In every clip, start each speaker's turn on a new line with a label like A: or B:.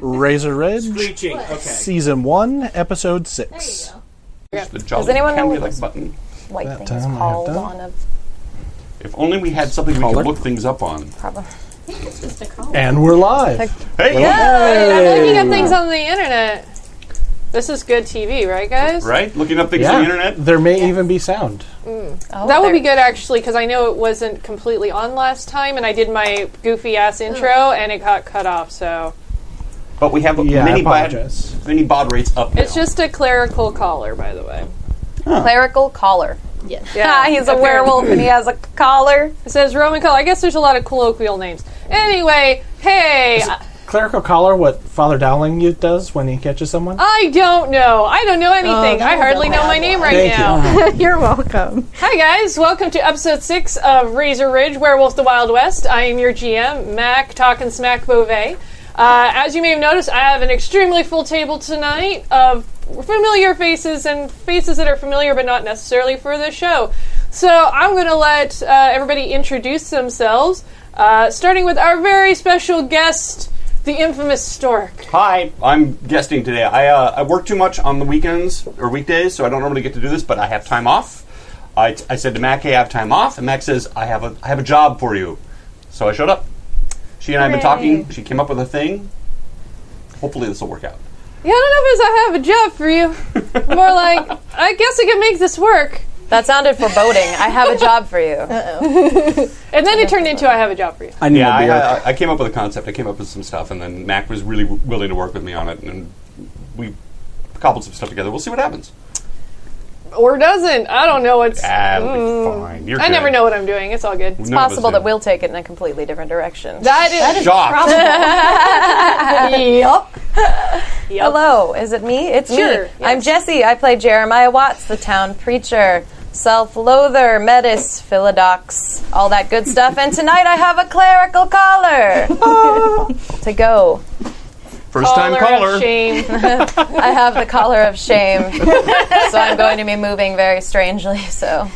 A: Razor Edge,
B: Screeching. Okay.
A: Season 1, Episode
C: There
A: 6.
C: you go.
D: Push the
E: Does anyone know
D: jolly
E: what
D: like
E: this-
D: button.
E: white
A: That
E: thing
A: time
E: is
A: I have
E: called
A: done.
E: on a
D: If only we had something we could look things up on.
E: problem.
C: It's just a collar.
A: And we're live.
E: Like-
D: Hey,
F: I'm looking at things on the internet. This is good TV, right, guys?
D: right? Looking up things
A: yeah.
D: on the internet.
A: There may even be sound.
E: Oh,
F: That would be
E: there-
F: good actually, because I know it wasn't completely on last time, and I did my goofy ass intro, and it got cut off. So
D: But we have
A: Yeah, I
D: many bod,
A: apologize.
D: many bod rates up.
F: it's
D: now.
F: just a clerical collar, by the way.
E: Clerical collar.
C: Yes.
E: Ah, he's a
F: apparently.
E: werewolf and he has a collar.
F: It says Roman collar. I guess there's a lot of colloquial names. Anyway, hey, I-
A: Clerical collar, what Father Dowling you- does when he catches someone?
C: Oh.
F: I don't know. I Oh, don't know anything. I hardly know my name right
A: Thank
F: now.
G: You're welcome.
F: Hi guys, welcome to episode six of Razor Ridge Werewolf the Wild West. I am your GM, Mac Talkin' Smack Beauvais. Uh, as you may have noticed, I have an extremely full table tonight of familiar faces and faces that are familiar but not necessarily for the show. So I'm going to let uh, everybody introduce themselves, uh, starting with our very special guest, the infamous Stork.
D: Hi, I'm guesting today. I, uh, I work too much on the weekends or weekdays, so I don't normally get to do this, but I have time off. I, t- I said to Mac, hey, I have time off, and Mac says, I have a, I have a job for you. So I showed up. She and I have been talking. She came up with a thing. Hopefully, this will work out.
F: Yeah, I don't know if it's I have a job for you. More like, I guess I can make this work.
E: That sounded foreboding. I have a job for you.
F: And then it turned into I have a job for you.
H: I need
D: Yeah,
H: a
D: I,
H: beer.
D: I, I came up with a concept. I came up with some stuff, and then Mac was really w- willing to work with me on it, and we cobbled some stuff together. We'll see what happens.
F: or doesn't. I don't know what's.
D: Ah, it'll be fine. You're
F: I never
D: good.
F: know what I'm doing. It's all good.
E: It's
D: None of us
E: possible that
D: do.
E: we'll take it in a completely different direction.
F: That is,
D: Shocked.
F: yep.
E: Hello, is it me? It's
F: Sure,
E: me. I'm
F: yes.
E: Jesse. I play Jeremiah Watts, the town preacher, self-loather, medis, philodox, all that good stuff. And tonight I have a clerical collar to go.
D: First time caller.
F: Shame.
E: I have the collar of shame, so I'm going to be moving very strangely. So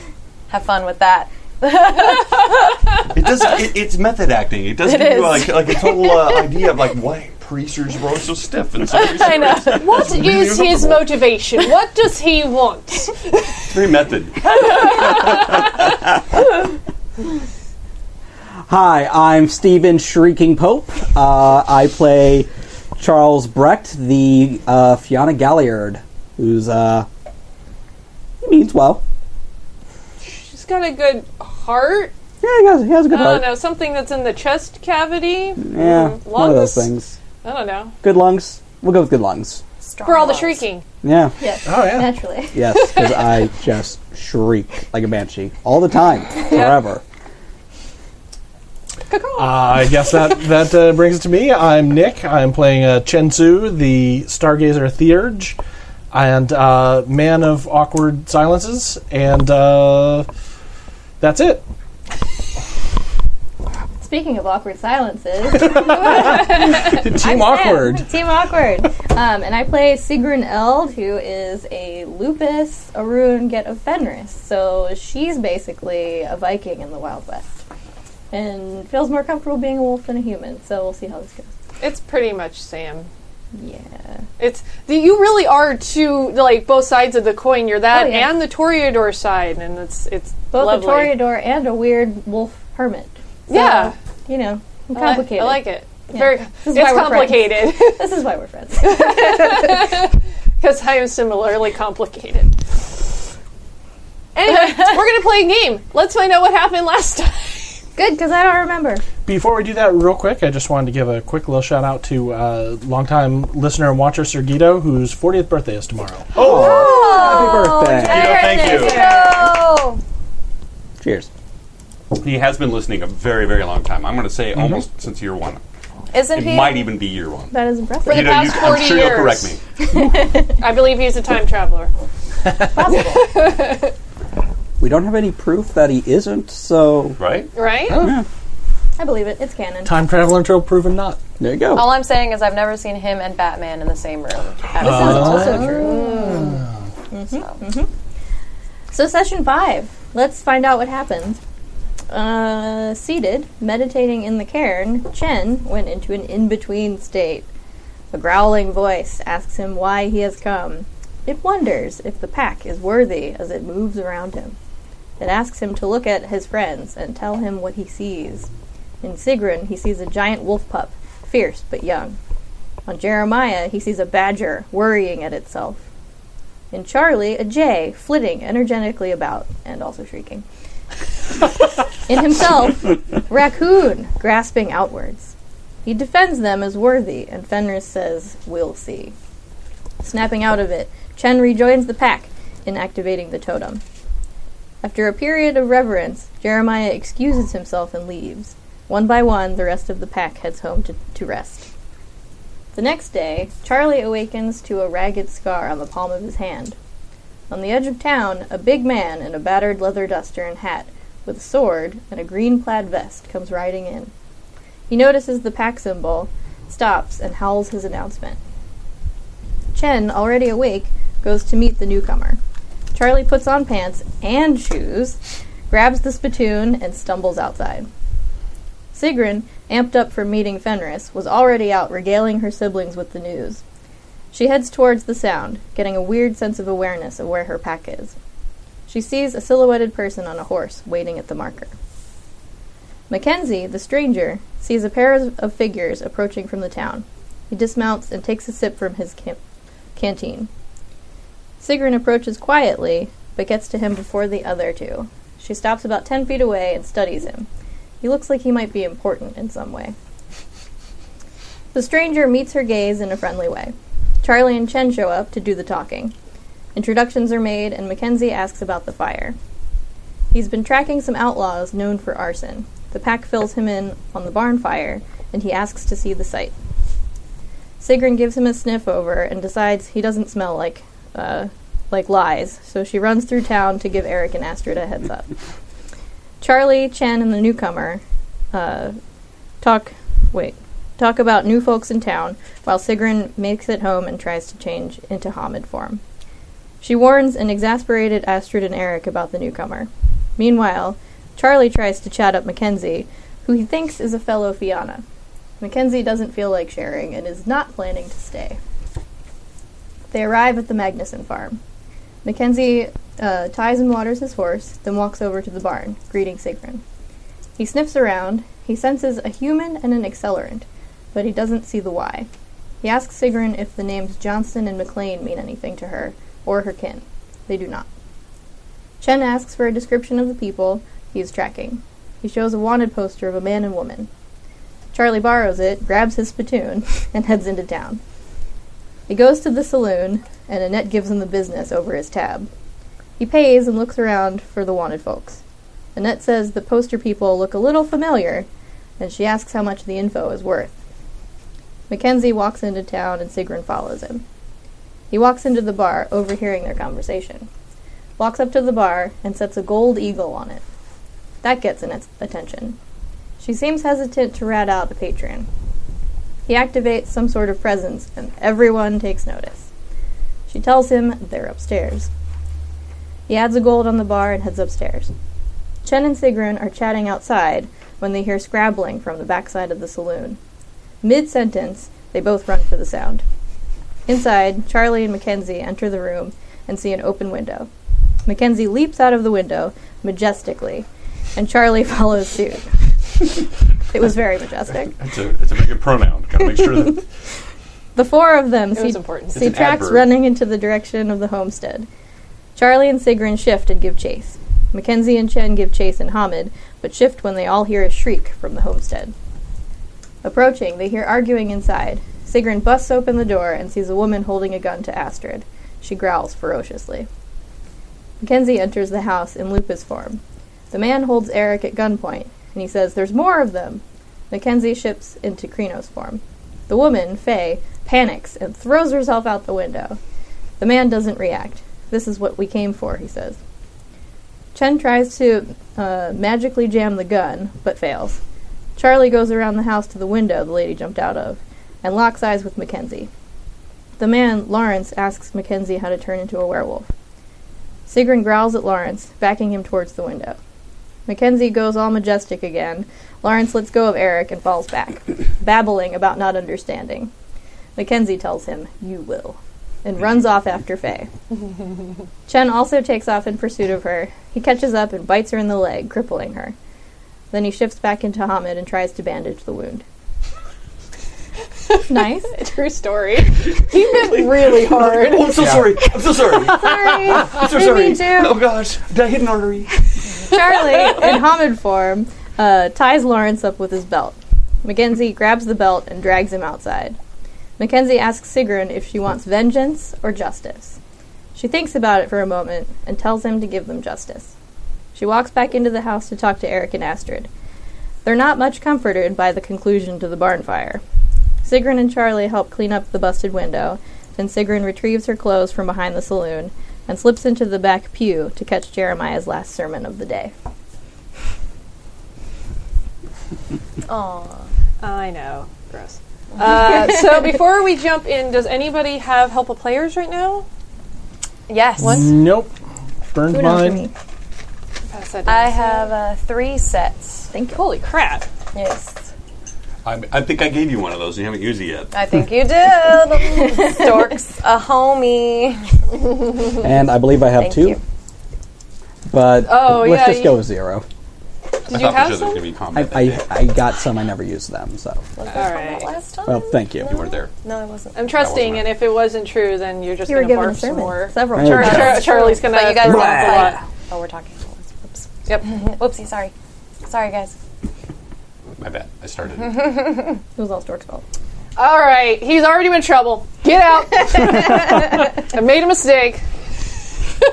E: have fun with that.
D: It does. It, it's method acting. It does give you like like a total uh, idea of like why preachers were so stiff and so. I know.
F: What is his motivation? What does he want?
D: It's very method.
H: Hi, I'm Stephen Shrieking Pope. Uh, I play Charles Brecht, the uh, Fiona Galliard, who's uh, he means well.
F: She's got a good heart.
H: Yeah, he has, he has a good
F: I
H: heart.
F: don't know something that's in the chest cavity.
H: Yeah,
F: Mm,
H: one of those
F: lungs?
H: things.
F: I don't know
H: Good lungs. We'll go with good lungs.
E: Strong
F: for all the
E: lungs.
F: shrieking.
H: Yeah.
C: Yes.
A: Oh, yeah.
C: Naturally.
H: Yes, because I just shriek like a banshee all the time, forever.
A: I guess that, that uh, brings it to me. I'm Nick. I'm playing uh, Chen Su, the Stargazer Theurge, and uh, Man of Awkward Silences, and uh, that's it.
C: Speaking of awkward silences,
A: Team Awkward.
C: Team Awkward. Um, and I play Sigrun Eld, who is a Lupus, Arun, Get of Fenris. So she's basically a Viking in the Wild West. And feels more comfortable being a wolf than a human, so we'll see how this goes.
F: It's pretty much Sam.
C: Yeah.
F: It's the, you really are two like both sides of the coin. You're that
C: Oh, yeah.
F: and the Toreador side, and it's it's
C: Both
F: lovely.
C: a Toreador and a weird wolf hermit. So,
F: Yeah.
C: You know, I'm
F: I li-
C: complicated.
F: I like it. Very.
C: This is
F: It's
C: why we're friends.
F: complicated.
C: This is why we're friends.
F: because I am similarly complicated. Anyway, we're gonna play a game. Let's find out what happened last time.
C: Good, because I don't remember.
A: Before we do that, real quick, I just wanted to give a quick little shout out to uh, longtime listener and watcher Sir Guido, whose 40th birthday is tomorrow.
F: Oh,
H: Happy birthday!
D: thank you.
E: Oh,
H: Cheers.
D: He has been listening a very very long time. I'm going to say almost since year one.
E: isn't
D: It
E: he?
D: might even be year one.
C: That is impressive.
F: the past
D: you,
F: 40
D: I'm sure
F: years.
D: you'll correct me.
F: I believe he's a time traveler.
H: We don't have any proof that he isn't, so
D: Right?
F: Right?
C: Oh, I believe it. It's canon.
A: Time travel until proven not.
H: there you go.
E: All I'm saying is I've never seen him and Batman in the same room.
D: Uh,
E: at the same
C: also true. Mm-hmm. So, session five. Let's find out what happened. Uh, seated, meditating in the cairn, Chen went into an in between state. A growling voice asks him why he has come. It wonders if the pack is worthy as it moves around him. It asks him to look at his friends and tell him what he sees. In Sigrun, he sees a giant wolf pup, fierce but young. On Jeremiah, he sees a badger worrying at itself. In Charlie, a jay flitting energetically about and also shrieking. In himself, raccoon grasping outwards. He defends them as worthy, and Fenris says, We'll see. Snapping out of it, Chen rejoins the pack in activating the totem. After a period of reverence, Jeremiah excuses himself and leaves. One by one, the rest of the pack heads home to, to rest. The next day, Charlie awakens to a ragged scar on the palm of his hand. On the edge of town, a big man in a battered leather duster and hat, with a sword and a green plaid vest, comes riding in. He notices the pack symbol, stops, and howls his announcement. Chen, already awake, goes to meet the newcomer. Charlie puts on pants and shoes, grabs the spittoon, and stumbles outside. Sigrun, amped up from meeting Fenris, was already out regaling her siblings with the news. She heads towards the sound, getting a weird sense of awareness of where her pack is. She sees a silhouetted person on a horse waiting at the marker. Mackenzie, the stranger, sees a pair of of figures approaching from the town. He dismounts and takes a sip from his cam- canteen. Sigrun approaches quietly, but gets to him before the other two. She stops about ten feet away and studies him. He looks like he might be important in some way. The stranger meets her gaze in a friendly way. Charlie and Chen show up to do the talking. Introductions are made, and Mackenzie asks about the fire. He's been tracking some outlaws known for arson. The pack fills him in on the barn fire, and he asks to see the site. Sigrun gives him a sniff over and decides he doesn't smell like, uh, like lies, so she runs through town to give Eric and Astrid a heads up. Charlie, Chen, and the newcomer uh, talk. Wait, talk about new folks in town while Sigrun makes it home and tries to change into Hamid form. She warns an exasperated Astrid and Eric about the newcomer. Meanwhile, Charlie tries to chat up Mackenzie, who he thinks is a fellow Fianna. Mackenzie doesn't feel like sharing and is not planning to stay. They arrive at the Magnuson farm. Mackenzie uh, ties and waters his horse, then walks over to the barn, greeting Sigrun. He sniffs around. He senses a human and an accelerant, but he doesn't see the why. He asks Sigrun if the names Johnston and McLean mean anything to her or her kin. They do not. Chen asks for a description of the people he is tracking. He shows a wanted poster of a man and woman. Charlie borrows it, grabs his spittoon, and heads into town. He goes to the saloon, and Annette gives him the business over his tab. He pays and looks around for the wanted folks. Annette says the poster people look a little familiar, and she asks how much the info is worth. Mackenzie walks into town, and Sigrun follows him. He walks into the bar, overhearing their conversation. Walks up to the bar and sets a gold eagle on it. That gets Annette's attention. She seems hesitant to rat out a patron. He activates some sort of presence, and everyone takes notice. She tells him they're upstairs. He adds a gold on the bar and heads upstairs. Chen and Sigrun are chatting outside when they hear scrabbling from the backside of the saloon. Mid sentence, they both run for the sound. Inside, Charlie and Mackenzie enter the room and see an open window. Mackenzie leaps out of the window majestically, and Charlie follows suit. it was very majestic.
D: It's a, it's a very good pronoun. Gotta make sure that
C: The four of them
F: It was
C: see,
F: important.
D: It's
C: see
D: an
C: tracks
D: adverb.
C: running into the direction of the homestead. Charlie and Sigrun shift and give chase. Mackenzie and Chen give chase and Hamid, but shift when they all hear a shriek from the homestead. Approaching, they hear arguing inside. Sigrun busts open the door and sees a woman holding a gun to Astrid. She growls ferociously. Mackenzie enters the house in Lupus form. The man holds Eric at gunpoint, and he says, There's more of them! Mackenzie shifts into Krenos form. The woman, Faye, panics and throws herself out the window. The man doesn't react. This is what we came for, he says. Chen tries to uh, magically jam the gun, but fails. Charlie goes around the house to the window the lady jumped out of and locks eyes with Mackenzie. The man, Lawrence, asks Mackenzie how to turn into a werewolf. Sigrun growls at Lawrence, backing him towards the window. Mackenzie goes all majestic again. Lawrence lets go of Eric and falls back, babbling about not understanding. Mackenzie tells him, You will, and runs off after Faye. Chen also takes off in pursuit of her. He catches up and bites her in the leg, crippling her. Then he shifts back into Hamid and tries to bandage the wound. nice.
F: True story. He bit really hard.
D: Oh, I'm so sorry. I'm so sorry.
C: Sorry.
D: I'm so sorry.
C: Me too.
D: Oh gosh, did I hit an artery?
C: Charlie, in Hamid form, uh, ties Lawrence up with his belt. Mackenzie grabs the belt and drags him outside. Mackenzie asks Sigrun if she wants vengeance or justice. She thinks about it for a moment and tells him to give them justice. She walks back into the house to talk to Eric and Astrid. They're not much comforted by the conclusion to the barn fire. Sigrun and Charlie help clean up the busted window, then Sigrun retrieves her clothes from behind the saloon and slips into the back pew to catch Jeremiah's last sermon of the day.
E: Aw.
F: I know. Gross. Uh, so before we jump in, does anybody have help of players right now?
E: Yes.
A: Nope. Burned
C: Who knows for
A: mine.
C: me?
F: Pass that
E: I
F: down.
E: have uh, three sets.
C: Thank you.
F: Holy crap.
E: Yes.
D: I, I think I gave you one of those and you haven't used it yet.
E: I think you did. Stork's a homie.
H: And I believe I have
E: Thank
H: two.
E: you.
H: But
F: Oh,
H: let's
F: yeah,
H: just
F: you-
H: go with zero.
F: Did you have some?
D: be
H: I,
D: combat.
H: I, I got some, I never used them, so.
E: Was this
F: All
E: from
F: right.
E: the last time?
H: Well, thank you.
D: weren't there.
E: no, I wasn't.
F: I'm trusting, and if it wasn't true, then you're just
C: You were
F: going
C: given
F: to
C: a
F: barf some
C: sermon.
F: more.
C: Several
H: There
F: Char-
H: we
C: times.
F: Char-
H: go.
F: Charlie's going to.
E: But you guys
F: a
E: are
F: lot.
E: like, oh, we're talking. Oops.
F: Yep.
E: Whoopsie, sorry. Sorry, guys.
D: My bad. I started.
C: It was all Stork's fault.
F: All right. He's already in trouble. Get out. I made a mistake.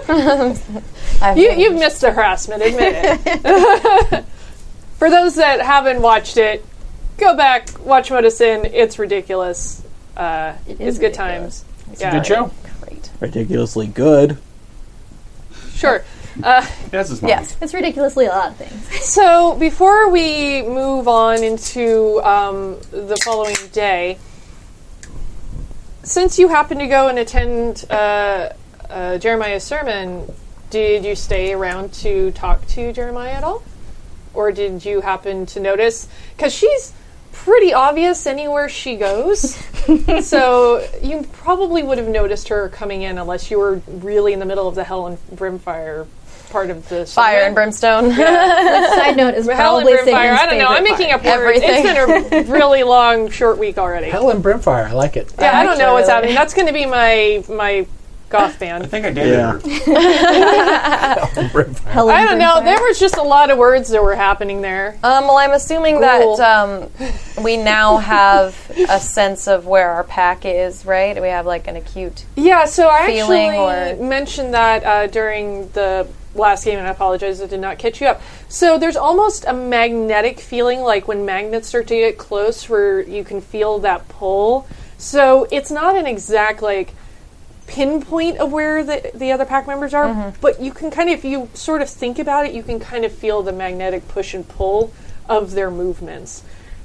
E: I've
F: You, you've missed the harassment, admit it. For those that haven't watched it, go back, watch Moda Sin. It's ridiculous. Uh, it's
C: is
F: good
C: ridiculous.
F: times. yeah,
A: Good show.
E: Great.
H: Ridiculously good.
F: Sure.
D: yes, it's mine.
E: Yes.
C: It's ridiculously a lot of things.
F: So before we move on into um, the following day, since you happened to go and attend uh, uh, Jeremiah's sermon, did you stay around to talk to Jeremiah at all, or did you happen to notice? Because she's pretty obvious anywhere she goes, so you probably would have noticed her coming in unless you were really in the middle of the hell and brimfire part of the
E: Fire
F: sermon.
E: and brimstone.
C: Side note is
F: Hell and
C: probably
F: Brimfire.
C: Sigmund's
F: I don't know. I'm
C: favorite
F: making
C: part.
F: up words. It's been a really long, short week already.
A: Hell and Brimfire. I like it.
F: yeah, I don't know what's
E: Actually,
F: happening. That's going to be my my goth
D: I
F: band.
D: think I dated
H: Yeah.
D: her.
A: Brimfire.
C: Hell
F: I
C: and
F: don't know.
C: brimfire.
F: There was just a lot of words that were happening there.
E: Um, well, I'm assuming
F: Cool.
E: that um, we now have a sense of where our pack is, right? We have like an acute.
F: Yeah, so I
E: Feeling
F: actually
E: or-
F: mentioned that uh, during the last game, and I apologize, I did not catch you up. So there's almost a magnetic feeling, like when magnets start to get close, where you can feel that pull. So it's not an exact like pinpoint of where the, the other pack members are,
E: Mm-hmm.
F: but you can kind of, if you sort of think about it, you can kind of feel the magnetic push and pull of their movements.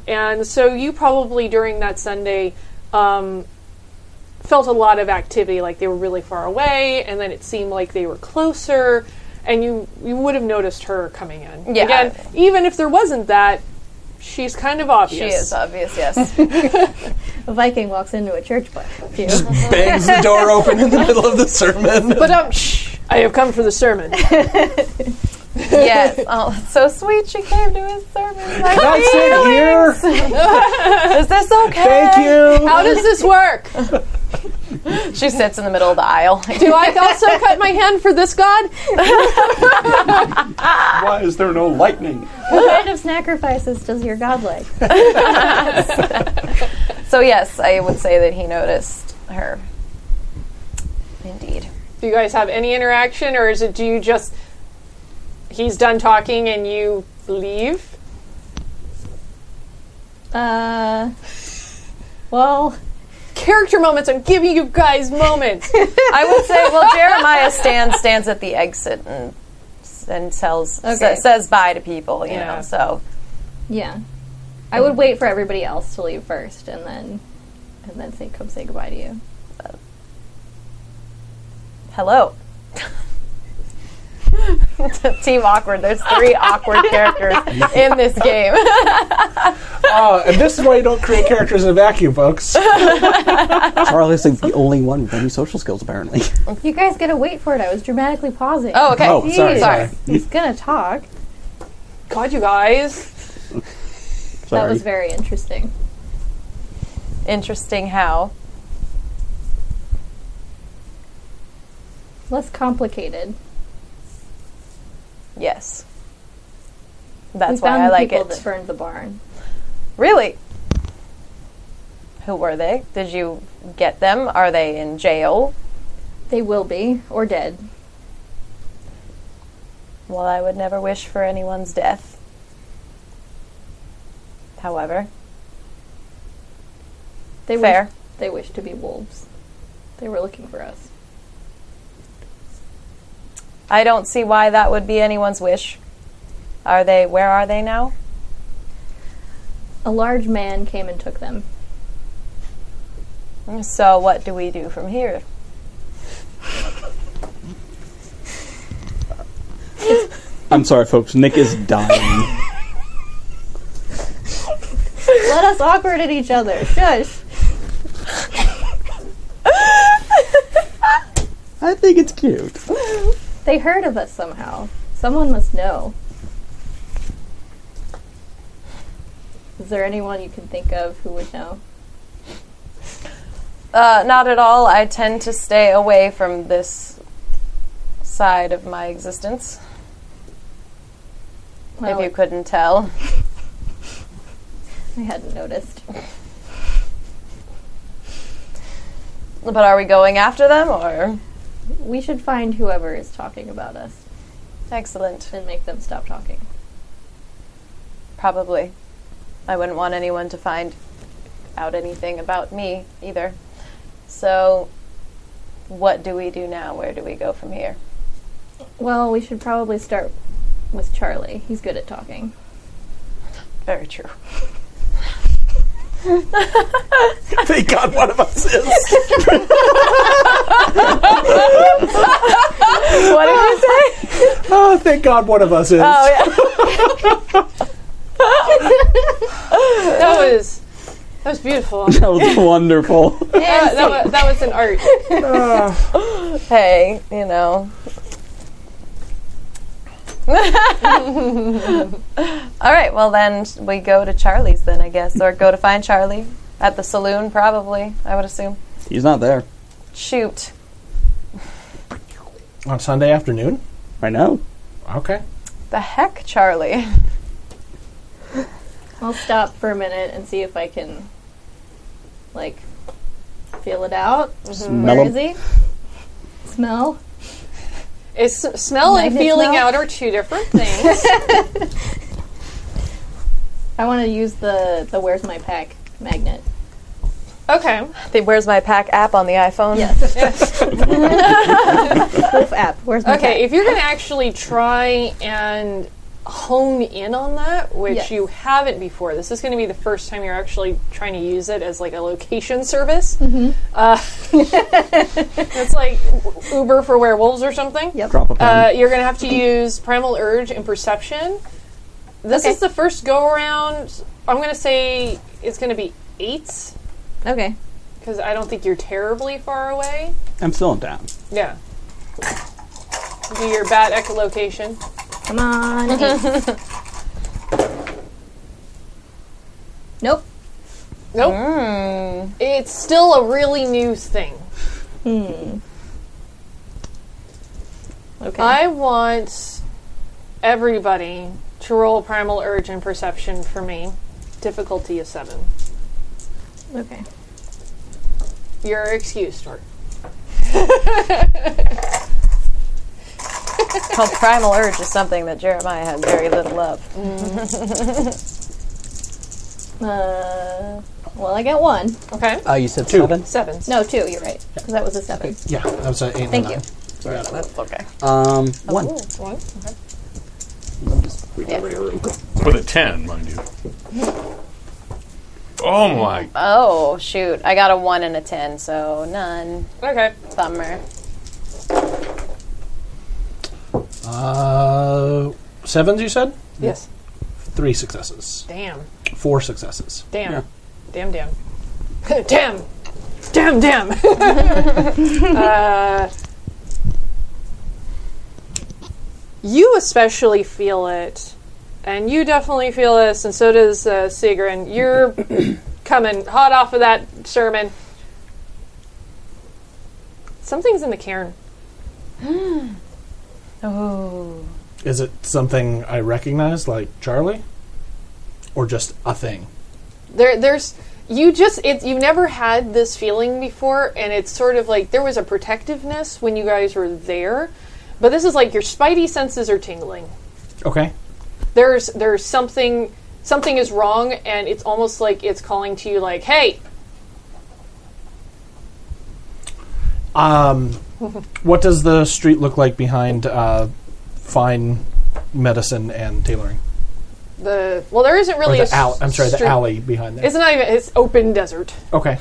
F: And so you probably during that Sunday um, felt a lot of activity, like they were really far away, and then it seemed like they were closer, and you you would have noticed her coming in.
E: Yeah.
F: Again, even if there wasn't that, she's kind of obvious.
E: She is obvious, yes.
C: A Viking walks into a church bar. Pew.
A: Bangs the door open in the middle of the sermon.
F: But um, shh, I have come for the sermon.
E: yes. Oh, that's so sweet. She came to his service. Like,
A: That's it here.
E: is this okay?
A: Thank you.
F: How does this work?
E: She sits in the middle of the aisle.
F: Do I also cut my hand for this god?
D: Why is there no lightning?
C: what kind of sacrifices does your god like?
E: so yes, I would say that he noticed her. Indeed.
F: Do you guys have any interaction, or is it do you just he's done talking and you leave?
C: Uh, well,
F: Character moments. I'm giving you guys moments.
E: I would say, well, Jeremiah stands stands at the exit and and tells
C: Okay.
E: sa- says bye to people, you
F: Yeah.
E: know. So
C: yeah. I would wait for everybody else to leave first, and then and then say, "Come say goodbye to you."
E: hello. Team Awkward. There's three awkward characters in this game.
A: Uh, and this is why you don't create characters in a vacuum, folks.
H: Charles is the only one with any social skills, apparently.
C: You guys gotta wait for it. I was dramatically pausing.
E: Oh, okay.
H: Oh, sorry,
C: Jeez.
E: sorry.
C: He's gonna talk.
F: God, you guys.
H: Sorry.
C: That was very interesting.
E: Interesting how.
C: Less complicated.
E: Yes.
C: We
E: That's why
C: found
E: I
C: the
E: like
C: people
E: it.
C: that burned the barn.
E: Really? Who were they? Did you get them? Are they in jail?
C: They will be or dead.
E: Well, I would never wish for anyone's death. However,
C: They
E: fair.
C: Wish, they wish to be wolves. They were looking for us.
E: I don't see why that would be anyone's wish. Are they? Where are they now?
C: A large man came and took them.
E: So, what do we do from here?
H: I'm sorry, folks. Nick is dying.
C: Let us awkward at each other. Shush.
H: I think it's cute.
C: They heard of us somehow. Someone must know. Is there anyone you can think of who would know?
E: Uh, not at all. I tend to stay away from this side of my existence.
C: Well,
E: if you couldn't tell,
C: I hadn't noticed.
E: but are we going after them or?
C: We should find whoever is talking about us
E: Excellent.
C: and make them stop talking.
E: Probably. I wouldn't want anyone to find out anything about me either. So, what do we do now? Where do we go from here?
C: Well, we should probably start with Charlie. He's good at talking.
E: Very true.
H: Thank God one of us is.
E: what did you say?
A: Oh, thank God one of us is.
E: Oh,
F: That was that was beautiful.
H: That was wonderful.
F: that, that wa- that was an art.
E: yeah. Hey, you know. All right, well, then we go to Charlie's, then, I guess, or go to find Charlie at the saloon, probably, I would assume.
H: He's not there
E: Shoot.
A: On Sunday afternoon?
H: right now.
A: Okay.
E: The heck, Charlie?
C: I'll stop for a minute and see if I can, like, feel it out.
H: Smell
C: Mm-hmm. Where is
H: him.
C: he? Smell?
F: Is s- smell and
C: Magnet
F: feeling
C: smell?
F: out are two different things.
C: I want to use the the Where's My Pack magnet.
F: okay.
E: The Where's My Pack app on the iPhone?
C: Yes. Wolf app. Where's my
F: Okay,
C: okay.
F: if you're going to actually try and hone in on that, which
C: Yes.
F: you haven't before, this is going to be the first time you're actually trying to use it as like a location service.
C: Mm-hmm.
F: Uh, it's like Uber for werewolves or something.
C: Yep.
H: Drop a pen.
F: Uh, you're going to have to use Primal Urge and Perception. This
C: Okay.
F: is the first go around. I'm going to say it's going to be eights
C: Okay.
F: because I don't think you're terribly far away.
H: I'm still in town.
F: Yeah. Do your bat echolocation.
C: Come on. eight. nope.
F: Nope. It's still a really new thing.
C: Okay.
F: I want everybody to roll Primal Urge and Perception for me. Difficulty is seven.
C: okay.
F: Your excuse, Tort.
E: called Primal Urge is something that Jeremiah has very little of.
C: Uh, well, I got one.
F: Okay.
H: Uh, you said
A: Two.
H: seven.
F: Sevens.
C: No, two. You're right. 'Cause that was a seven.
A: Yeah, that was an eight. and
C: Thank
A: a
C: you.
A: nine.
E: That's okay.
H: Um,
C: Oh.
H: one.
F: One. Okay.
B: With a 10, mind you. Oh my.
E: Oh, shoot. I got a 1 and a 10, so none.
F: Okay.
E: Bummer.
A: Uh, sevens, you said?
F: Yes.
A: Three successes.
F: Damn.
A: Four successes.
F: Damn. Damn, damn. damn. Damn, damn. uh, you especially feel it. And you definitely feel this, and so does uh, Sigrun. You're coming hot off of that sermon. Something's in the cairn.
C: Oh.
A: Is it something I recognize, like Charlie? Or just a thing?
F: there there's you just it you never had this feeling before and it's sort of like there was a protectiveness when you guys were there but this is like your spidey senses are tingling
A: Okay.
F: there's there's something something is wrong and it's almost like it's calling to you like hey
A: Um, what does the street look like behind uh, fine medicine and tailoring?
F: the well there isn't
A: Or
F: really a
A: the alley,
F: s-
A: I'm sorry, the
F: street-
A: alley behind there.
F: it's not even it's open desert
A: okay.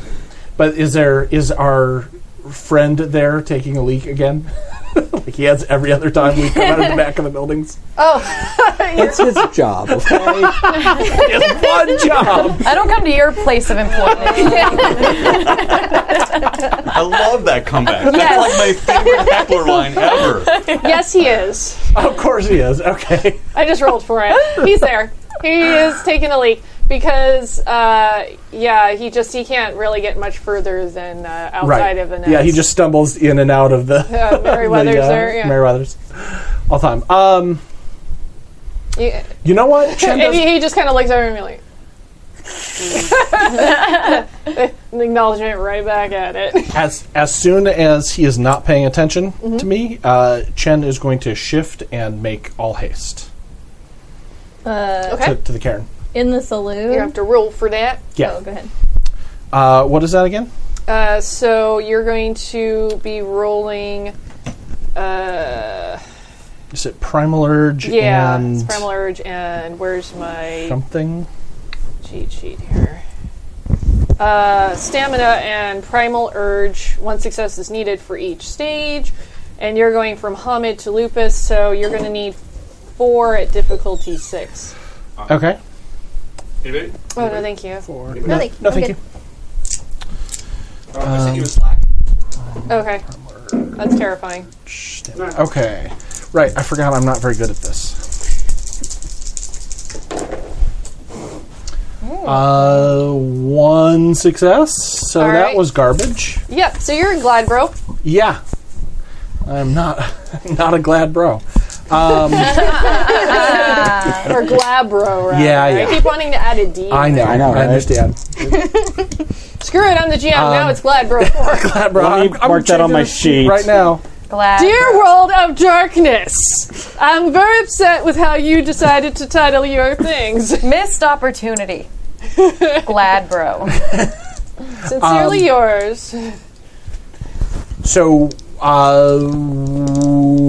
A: But is there is our friend there taking a leak again? like he has every other time we come out of the back of the buildings.
H: It's his job. Okay?
A: It's one job.
E: I don't come to your place of employment.
D: I love that comeback. That's like my favorite heckler line ever.
F: yes he is
A: of course he is. Okay.
F: I just rolled for it. He's there. He is taking a leak because, uh, yeah, he just he can't really get much further than uh, outside
A: Right.
F: of an.
A: yeah, he just stumbles in and out of the
F: uh, Merryweather's
A: the, uh,
F: there. Yeah.
A: Merryweather's all the time. Um,
F: Yeah.
A: you know what? Chen
F: and
A: does,
F: he, he just kind of looks over me like. An "Mm." acknowledgement right back at it.
A: as as soon as he is not paying attention
F: Mm-hmm.
A: to me, uh, Chen is going to shift and make all haste
C: Uh,
A: to,
F: Okay,
A: to the Karen.
C: in the saloon.
F: you have to roll for that.
A: Yeah.
C: Oh, go ahead.
A: Uh, what is that again?
F: Uh, so you're going to be rolling. Uh,
A: Is it Primal Urge
F: yeah,
A: and
F: it's Primal Urge, and where's my
A: something?
F: cheat sheet here. Uh, stamina and primal urge. One success is needed for each stage, and you're going from Hamid to Lupus, so you're going to need four at difficulty six.
A: Okay.
B: Anybody?
F: Oh no, thank you.
A: Or,
C: No, thank you.
A: No, thank you.
C: Okay.
B: Uh, I sent you
A: Um,
B: a Slack.
F: Okay, that's terrifying.
A: Shh, damn it. Okay. Right. I forgot. I'm not very good at this. Uh, one success. So
F: Hmm. All
A: that
F: right.
A: was garbage.
F: Yep. So you're in Gladbro.
A: Yeah, I'm not not a glad bro.
F: or Glabro, right?
A: Yeah,
F: I
A: yeah.
F: keep wanting to add a D.
A: I know.
H: I know, right?
A: understand.
F: Screw it, I'm the GM. now
A: Um,
F: it's Gladbro 4.
A: Glad bro.
G: Let me mark that on
A: changing
G: my
A: the
G: sheet.
A: right now.
E: Glad.
F: Dear World of Darkness, I'm very upset with how you decided to title your things.
E: Missed opportunity. Glad, bro.
F: Sincerely
A: Um,
F: yours.
A: So, uh,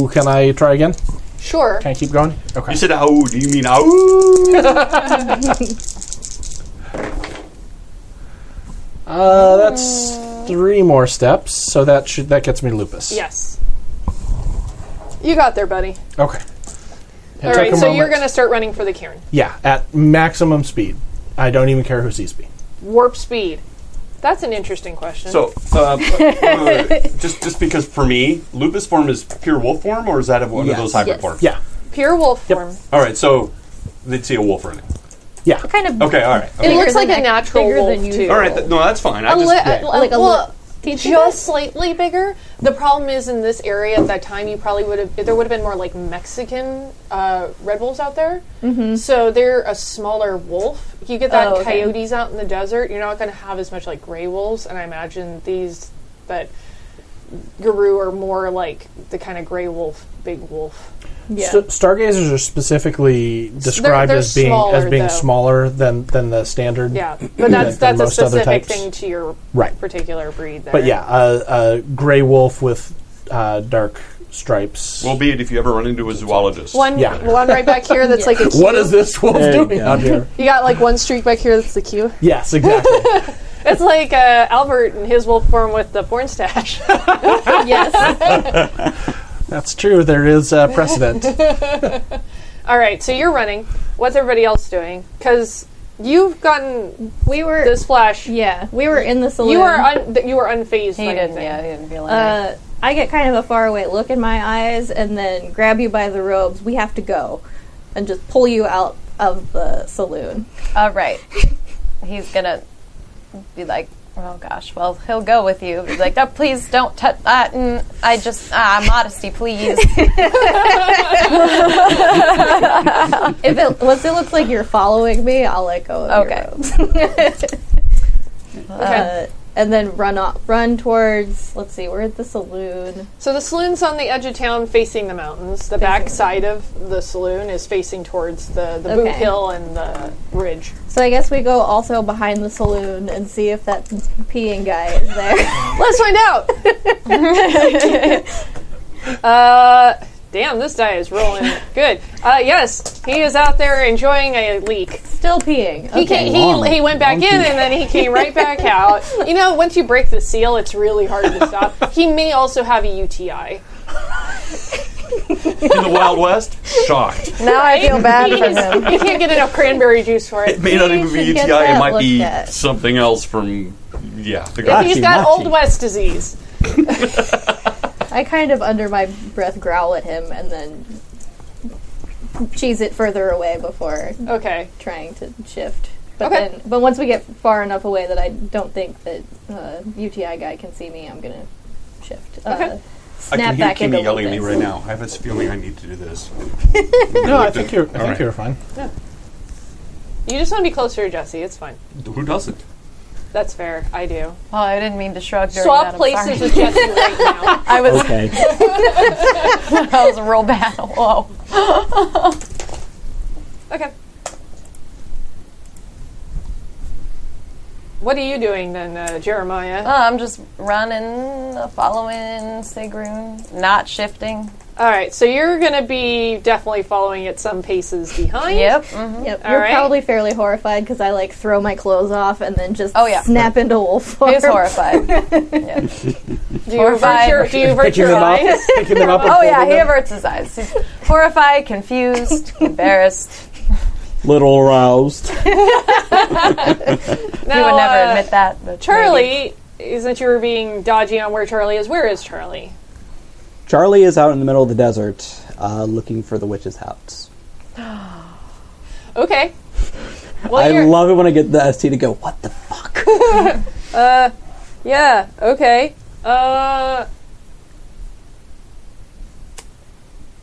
A: can I try again?
F: Sure.
A: Can I keep going?
D: You
A: Okay.
D: said "ow." Do you mean "ow"?
A: Uh, that's three more steps. So that should that gets me to lupus.
F: Yes. You got there, buddy.
A: Okay. It
F: All
A: took
F: right,
A: a
F: so you're
A: moment.
F: going to start running for the cairn.
A: yeah at maximum speed. I don't even care who sees me.
F: Warp speed. That's an interesting question.
D: So, uh, uh, just just because for me, lupus form is pure wolf form, or is that one
H: Yes.
D: of those hybrid
C: Yes.
D: forms?
A: Yeah.
F: Pure wolf form.
D: All right, so they'd see a wolf running.
A: Yeah.
C: Kind of.
D: Okay, all right.
F: It
D: Okay.
F: looks
C: Bigger
F: like
C: than
F: a
C: ex-
F: natural
C: bigger
F: wolf,
C: than
F: too.
C: usual.
D: All right, th- no, that's fine. I
F: A
D: just
F: li-
A: yeah.
F: a-
C: Like a
F: well,
C: little- Do you think
F: just slightly bigger. The problem is in this area at that time, you probably would have there would have been more like Mexican uh, red wolves out there. So they're a smaller wolf. You get that
C: Mm-hmm. Oh, okay.
F: coyotes out in the desert. You're not going to have as much like gray wolves, and I imagine these that guru are more like the kind of gray wolf, big wolf.
C: Yeah.
A: St- stargazers are specifically described
F: they're
A: as being as
F: smaller,
A: being
F: though.
A: smaller than than the standard.
F: Yeah, but that's
A: than
F: that's a
A: most other types.
F: specific thing to your
A: Right.
F: particular breed. There.
A: But yeah, a, a gray wolf with uh, dark stripes.
D: will be it if you ever run into a zoologist.
F: One,
A: Yeah.
F: one right back here that's like a Q.
A: what is this wolf
G: There you
A: doing
G: go.
A: out here?
F: You got like one streak back here that's the Q.
A: yes, exactly.
F: It's like uh, Albert in his wolf form with the porn stash.
C: yes.
A: That's true. There is uh, precedent.
F: All right, so you're running. What's everybody else doing? Because you've gotten
C: We were
F: this flash.
C: yeah, we were in the saloon.
F: You are un- th- you are unfazed. by
E: He didn't,
F: anything.
E: yeah, he didn't feel anything.
C: uh, I get kind of a faraway look in my eyes and then grab you by the robes. We have to go, and just pull you out of the saloon.
E: All right. He's gonna be like, oh gosh, well, he'll go with you. He's like, no, please don't touch that. Mm, I just, ah, modesty, please.
C: If it once it looks like you're following me, I'll let go of
E: Okay.
C: your robes.
F: Okay.
C: Uh, and then run off, run towards. Let's see, we're at the saloon.
F: so the saloon's on the edge of town, facing the mountains. The back side of the saloon is facing towards the the boot
C: Okay.
F: hill and the ridge.
C: So I guess we go also behind the saloon and see if that peeing guy is there.
F: Let's find out. uh, damn, this die is rolling good. Uh, yes, he is out there enjoying a leak.
C: Still peeing.
F: He
C: Okay.
F: came,
H: Long,
F: he, he went back
H: long
F: in
H: peek.
F: and then he came right back out. You know, once you break the seal, it's really hard to stop. He may also have a UTI.
D: In the Wild West, shocked.
E: now I feel bad for him.
F: You can't get enough cranberry juice for it.
D: It may not
C: We
D: even be
C: should
D: UTI.
C: get
D: It
C: that
D: might be
C: looked at.
D: something else from. Yeah, the
H: Yeah.
D: guy.
F: He's
H: Machi,
F: got
H: machi.
F: Old West disease.
C: I kind of under my breath growl at him and then cheese it further away before
F: Okay.
C: trying to shift. But
F: Okay.
C: then, but once we get far enough away that I don't think that uh, UTI guy can see me, I'm gonna shift. Uh,
F: Okay.
D: I
C: snap
D: can hear
C: back into
D: Kimmy yelling at me
C: Lupus.
D: right now. I have this feeling I need to do this.
A: no, I think you're. I
D: All
A: think
D: right.
A: you're fine.
F: You just want to be closer to Jesse. It's fine.
D: Who doesn't?
F: That's fair. I do.
E: Oh, I didn't mean to shrug during
F: Swap
E: that. I'm
F: places
E: sorry.
F: with Jesse right now.
E: I was,
H: Okay.
E: that was a real battle. Whoa.
F: Okay. What are you doing then, uh, Jeremiah?
E: Uh, I'm just running, uh, following Sigrun, not shifting.
F: All right, so you're going to be definitely following at some paces behind.
E: Yep. mhm.
C: Yep,
F: Mm-hmm. All
C: you're
F: right.
C: probably fairly horrified because I like throw my clothes off and then just
E: Oh, yeah.
C: snap into wolf form.
E: He's horrified. yeah.
F: Do you avert
E: Horrified.
F: your, do you avert
A: Picking
F: your
A: them up.
F: eyes?
A: Picking them up. and
E: Oh yeah,
A: folding
E: he
A: them.
E: averts his eyes. He's horrified, confused, embarrassed.
H: Little aroused.
F: No,
E: He would never
F: uh,
E: admit that. But maybe.
F: Charlie, isn't you were being dodgy on where Charlie is? Where is Charlie?
H: Charlie is out in the middle of the desert uh, looking for the witch's house.
F: Okay. Well,
H: I
F: you're-
H: love it when I get the ST to go, what the fuck?
F: Yeah, okay. Uh,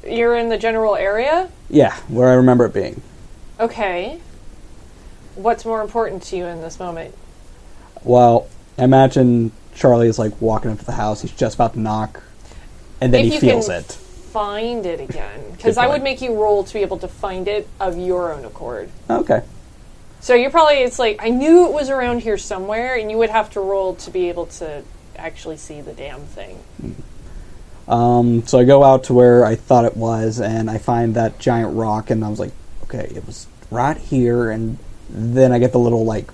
F: you're in the general area?
H: yeah, where I remember it being.
F: Okay. What's more important to you in this moment?
H: Well, I imagine Charlie is like walking up to the house. He's just about to knock, and then
F: If
H: he
F: you can-
H: feels it.
F: Find it again. Because I
H: point.
F: would make you roll to be able to find it of your own accord.
H: Okay.
F: So you're probably it's like I knew it was around here somewhere, and you would have to roll to be able to actually see the damn thing.
H: Um, so I go out to where I thought it was, and I find that giant rock, and I was like, okay, it was right here, and then I get the little like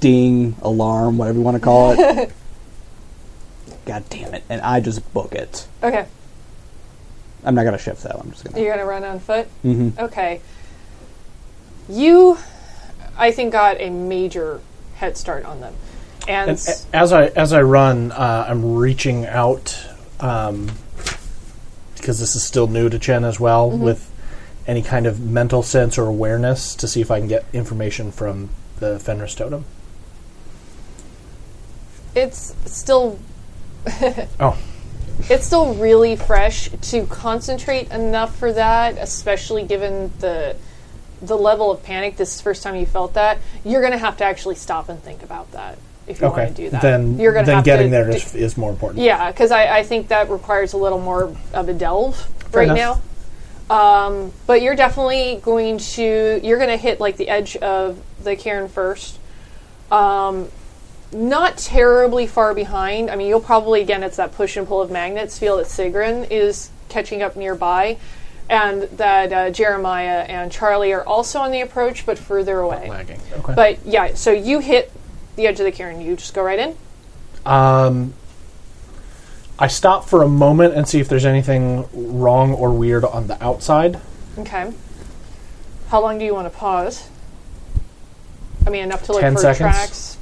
H: ding alarm, whatever you want to call it. God damn it! And I just book it.
F: Okay,
H: I'm not gonna shift though. I'm just gonna.
F: you're gonna run on foot.
H: hmm
F: Okay, you, I think, got a major head start on them, and,
A: And uh, a- as I as I run, uh, I'm reaching out um, because this is still new to Chen as well
F: Mm-hmm.
A: with any kind of mental sense or awareness to see if I can get information from the Fenris totem.
F: it's still
A: Oh,
F: it's still really fresh to concentrate enough for that, especially given the the level of panic. This is the first time you felt that. You're going to have to actually stop and think about that if you
A: okay.
F: want to do that.
A: Then
F: you're gonna
A: then
F: have
A: getting
F: to
A: there
F: d-
A: is, is more important.
F: Yeah, because I, I think that requires a little more of a delve
A: Fair
F: right
A: enough.
F: now. Um, but you're definitely going to you're going to hit like the edge of the cairn first. Um, not terribly far behind. I mean, you'll probably again it's that push and pull of magnets. Feel that Sigrun is catching up nearby, and that uh, Jeremiah and Charlie are also on the approach, but further away.
A: lagging. Okay.
F: But yeah, so you hit the edge of the cairn. You just go right in.
A: um, I stop for a moment and see if there's anything wrong or weird on the outside.
F: Okay. How long do you want to pause? I mean, enough to look
A: Ten
F: for
A: seconds.
F: tracks.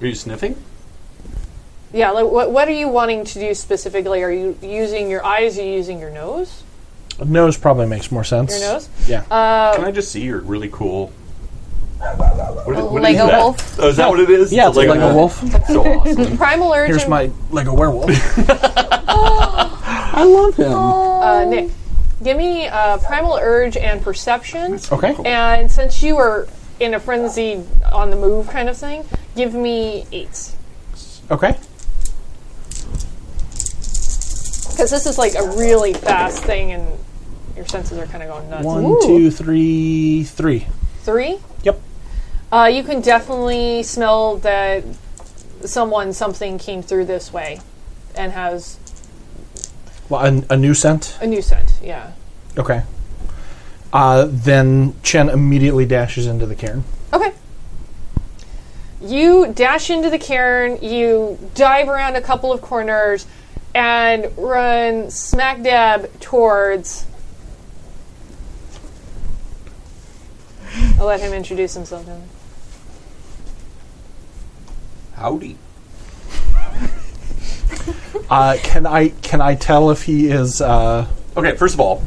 D: Are you sniffing?
F: Yeah. Like, what What are you wanting to do specifically? Are you using your eyes? Are you using your nose?
A: Nose probably makes more sense.
F: Your nose?
A: Yeah.
C: Oh.
D: Can I just see your really cool? What is, what is
E: Lego
D: that?
E: wolf.
D: Oh, is that what it is?
A: yeah, it's like a wolf.
D: So awesome.
F: Primal urge.
A: Here's
F: and-
A: my Lego werewolf.
H: I love him.
F: uh, Nick. Give me uh, primal urge and perception.
A: Okay.
F: And since you were in a frenzy on the move kind of thing, give me eights.
A: Okay.
F: Because this is like a really fast thing and your senses are kind of going nuts.
A: One, two, three, three.
F: Three?
A: Yep.
F: Uh, you can definitely smell that someone, something came through this way and has
A: Well, a, a new scent.
F: a new scent. Yeah.
A: Okay. Uh, then Chen immediately dashes into the cairn.
F: Okay. You dash into the cairn, you dive around a couple of corners, and run smack dab towards. I'll let him introduce himself. Now.
D: Howdy.
A: Uh, can I can I tell if he is? Uh,
D: Okay, first of all,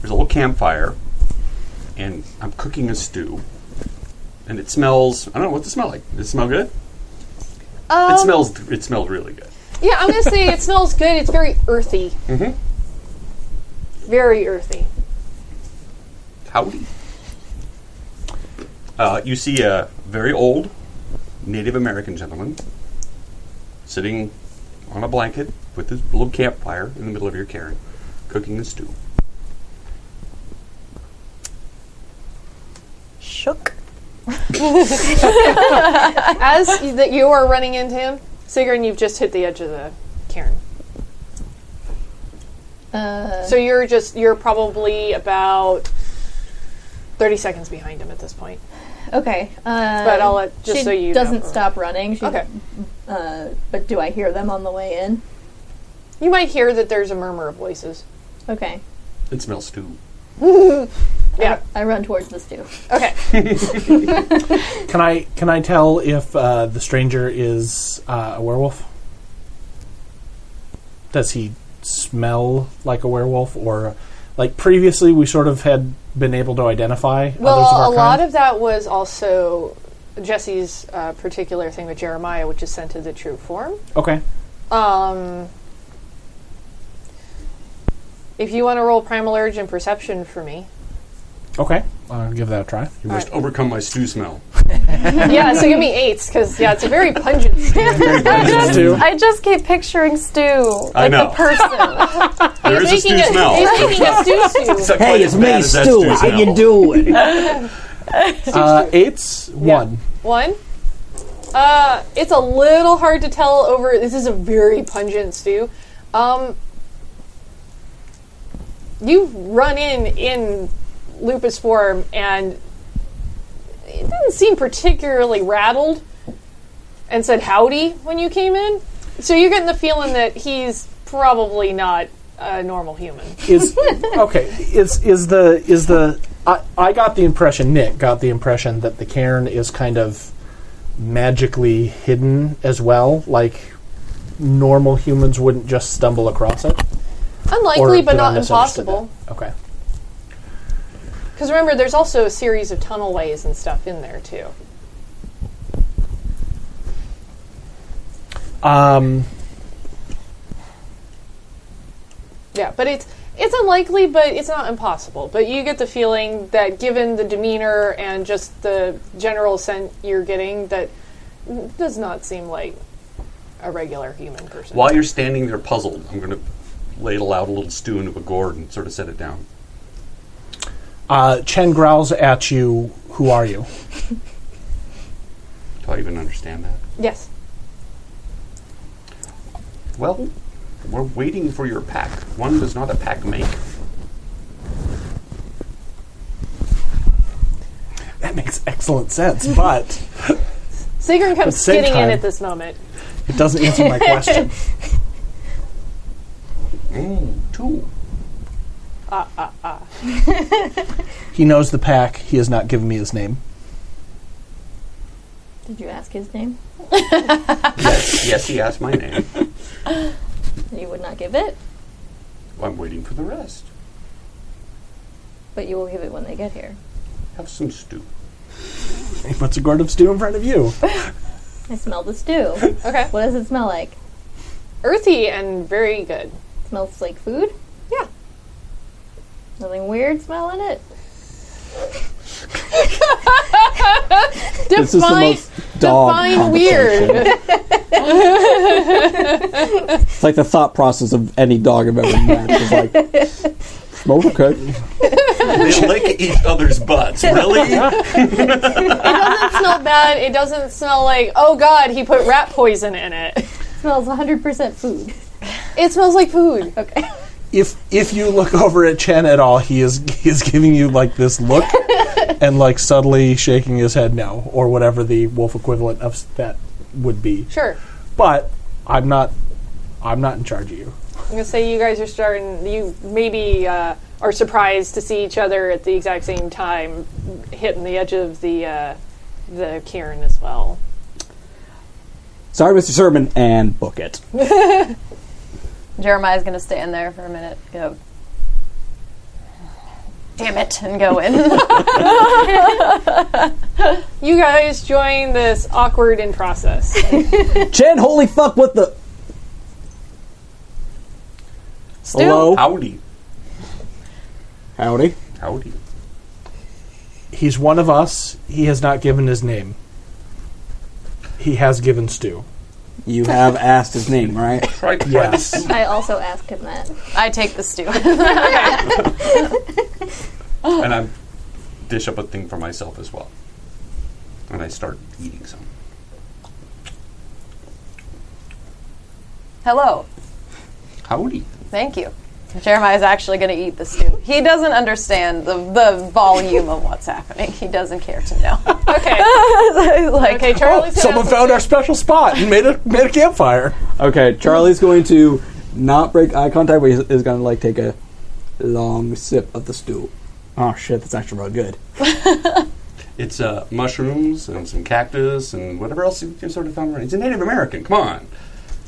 D: there's a little campfire, and I'm cooking a stew, and it smells. I don't know what to smell like. Does it smell good?
C: Um,
D: it smells. It smelled really good.
F: Yeah, I'm gonna say it smells good. It's very earthy. Mm-hmm. Very earthy.
D: Howdy. Uh, you see a very old Native American gentleman sitting on a blanket with his little campfire in the middle of your cairn, cooking a stew.
E: Shook.
F: As y- that you are running into him, Sigrun, you've just hit the edge of the cairn.
C: Uh,
F: So you're just you're probably about thirty seconds behind him at this point.
C: okay. Uh,
F: But I'll let- just
C: she
F: so you know.
C: doesn't stop running. She,
F: Okay.
C: Uh, but do I hear them on the way in?
F: You might hear that there's a murmur of voices.
C: Okay.
D: It smells stew.
F: Yeah.
C: I run towards the stew.
F: Okay.
A: can I can I tell if uh, the stranger is uh, a werewolf? Does he smell like a werewolf, or like previously we sort of had been able to identify? others of
F: Well,
A: our
F: a lot
A: kind?
F: of that was also Jesse's uh, particular thing with Jeremiah, which is sent to the true form.
A: Okay.
F: Um, if you want to roll primal urge and perception for me,
A: Okay. I'll give that a try.
D: You must overcome my stew smell.
F: yeah. So give me eights because yeah, it's a very pungent. smell.
E: I just,
A: Stew.
E: I just keep picturing stew.
D: I
E: Like
D: know.
E: the person.
D: There is a stew smell.
F: He's making a stew stew.
D: not quite as bad as that smell.
H: doing?
A: Uh, eights one.
F: One. Uh, it's a little hard to tell over. This is a very pungent stew. Um, you've run in in lupus form, and it didn't seem particularly rattled, and said howdy when you came in. So you're getting the feeling that he's probably not a normal human.
A: is okay. Is is the is the I, I got the impression Nick got the impression that the cairn is kind of magically hidden as well. Like normal humans wouldn't just stumble across it.
F: Unlikely, but
A: did I
F: not
A: misunderstand
F: impossible.
A: that? Okay.
F: Because remember, there's also a series of tunnel ways and stuff in there too.
A: Um,
F: Yeah, but it's it's unlikely, but it's not impossible. But you get the feeling that, given the demeanor and just the general scent you're getting, that does not seem like a regular human person.
D: While you're standing there puzzled, I'm going to ladle out a little stew into a gourd and sort of set it down.
A: uh, Chen growls at you. Who are you?
D: Do I even understand that?
F: Yes.
D: Well, we're waiting for your pack. One does not a pack make.
A: That makes excellent sense, but
F: Sigrun
A: At the
F: comes
A: same
F: skidding in
A: time-
F: at this moment.
A: it doesn't answer my question.
D: two.
A: He knows the pack. He has not given me his name.
C: Did you ask his name?
D: Yes, he asked my name.
C: You would not give it,
D: I'm waiting for the rest.
C: but you will give it when they get here.
D: Have some stew.
A: He puts a gourd of stew in front of you.
C: I smell the stew.
F: Okay.
C: what does it smell like?
F: Earthy and very good.
C: smells like food?
F: Yeah.
C: Nothing weird smell in it?
F: Define,
H: This is the most dog
F: define
H: conversation.
F: weird.
H: It's like the thought process of any dog I've ever met. It's like, oh, okay.
D: They lick each other's butts. Really?
F: doesn't smell bad. It doesn't smell like, oh god, he put rat poison in it.
C: Smells 100% food.
F: It smells like food.
A: If if you look over at Chen at all, he is he is giving you like this look and like subtly shaking his head no or whatever the wolf equivalent of s- that would be.
F: Sure.
A: But I'm not I'm not in charge of you.
F: I'm gonna say you guys are starting. You maybe uh, are surprised to see each other at the exact same time, hitting the edge of the uh, the cairn as well.
H: Sorry, Mr. Sermon, and book it.
E: Jeremiah's gonna stand there for a minute. Go. Damn it, and go in.
F: You guys join this awkward in process.
H: Chen, holy fuck, what the?
E: Stu?
H: Hello?
D: Howdy.
H: Howdy.
D: Howdy.
A: He's one of us. He has not given his name. He has given stew.
H: You have asked his name, right?
D: Try to
A: Yes.
C: I also asked him that.
E: I take the stew.
D: And I dish up a thing for myself as well. And I start eating some.
E: Hello.
D: Howdy.
E: Thank you. Jeremiah's actually going to eat the stew. He doesn't understand the, the volume of what's happening. He doesn't care to know.
F: Okay.
E: So he's like,
F: Okay, Charlie's gonna
A: Someone
F: have some
A: found our special spot and made a made a campfire.
H: Okay, Charlie's going to not break eye contact, but he's, is going to like take a long sip of the stew. Oh shit, that's actually real good.
D: It's uh, mushrooms and some cactus and whatever else you can sort of found around. It's a Native American. Come on.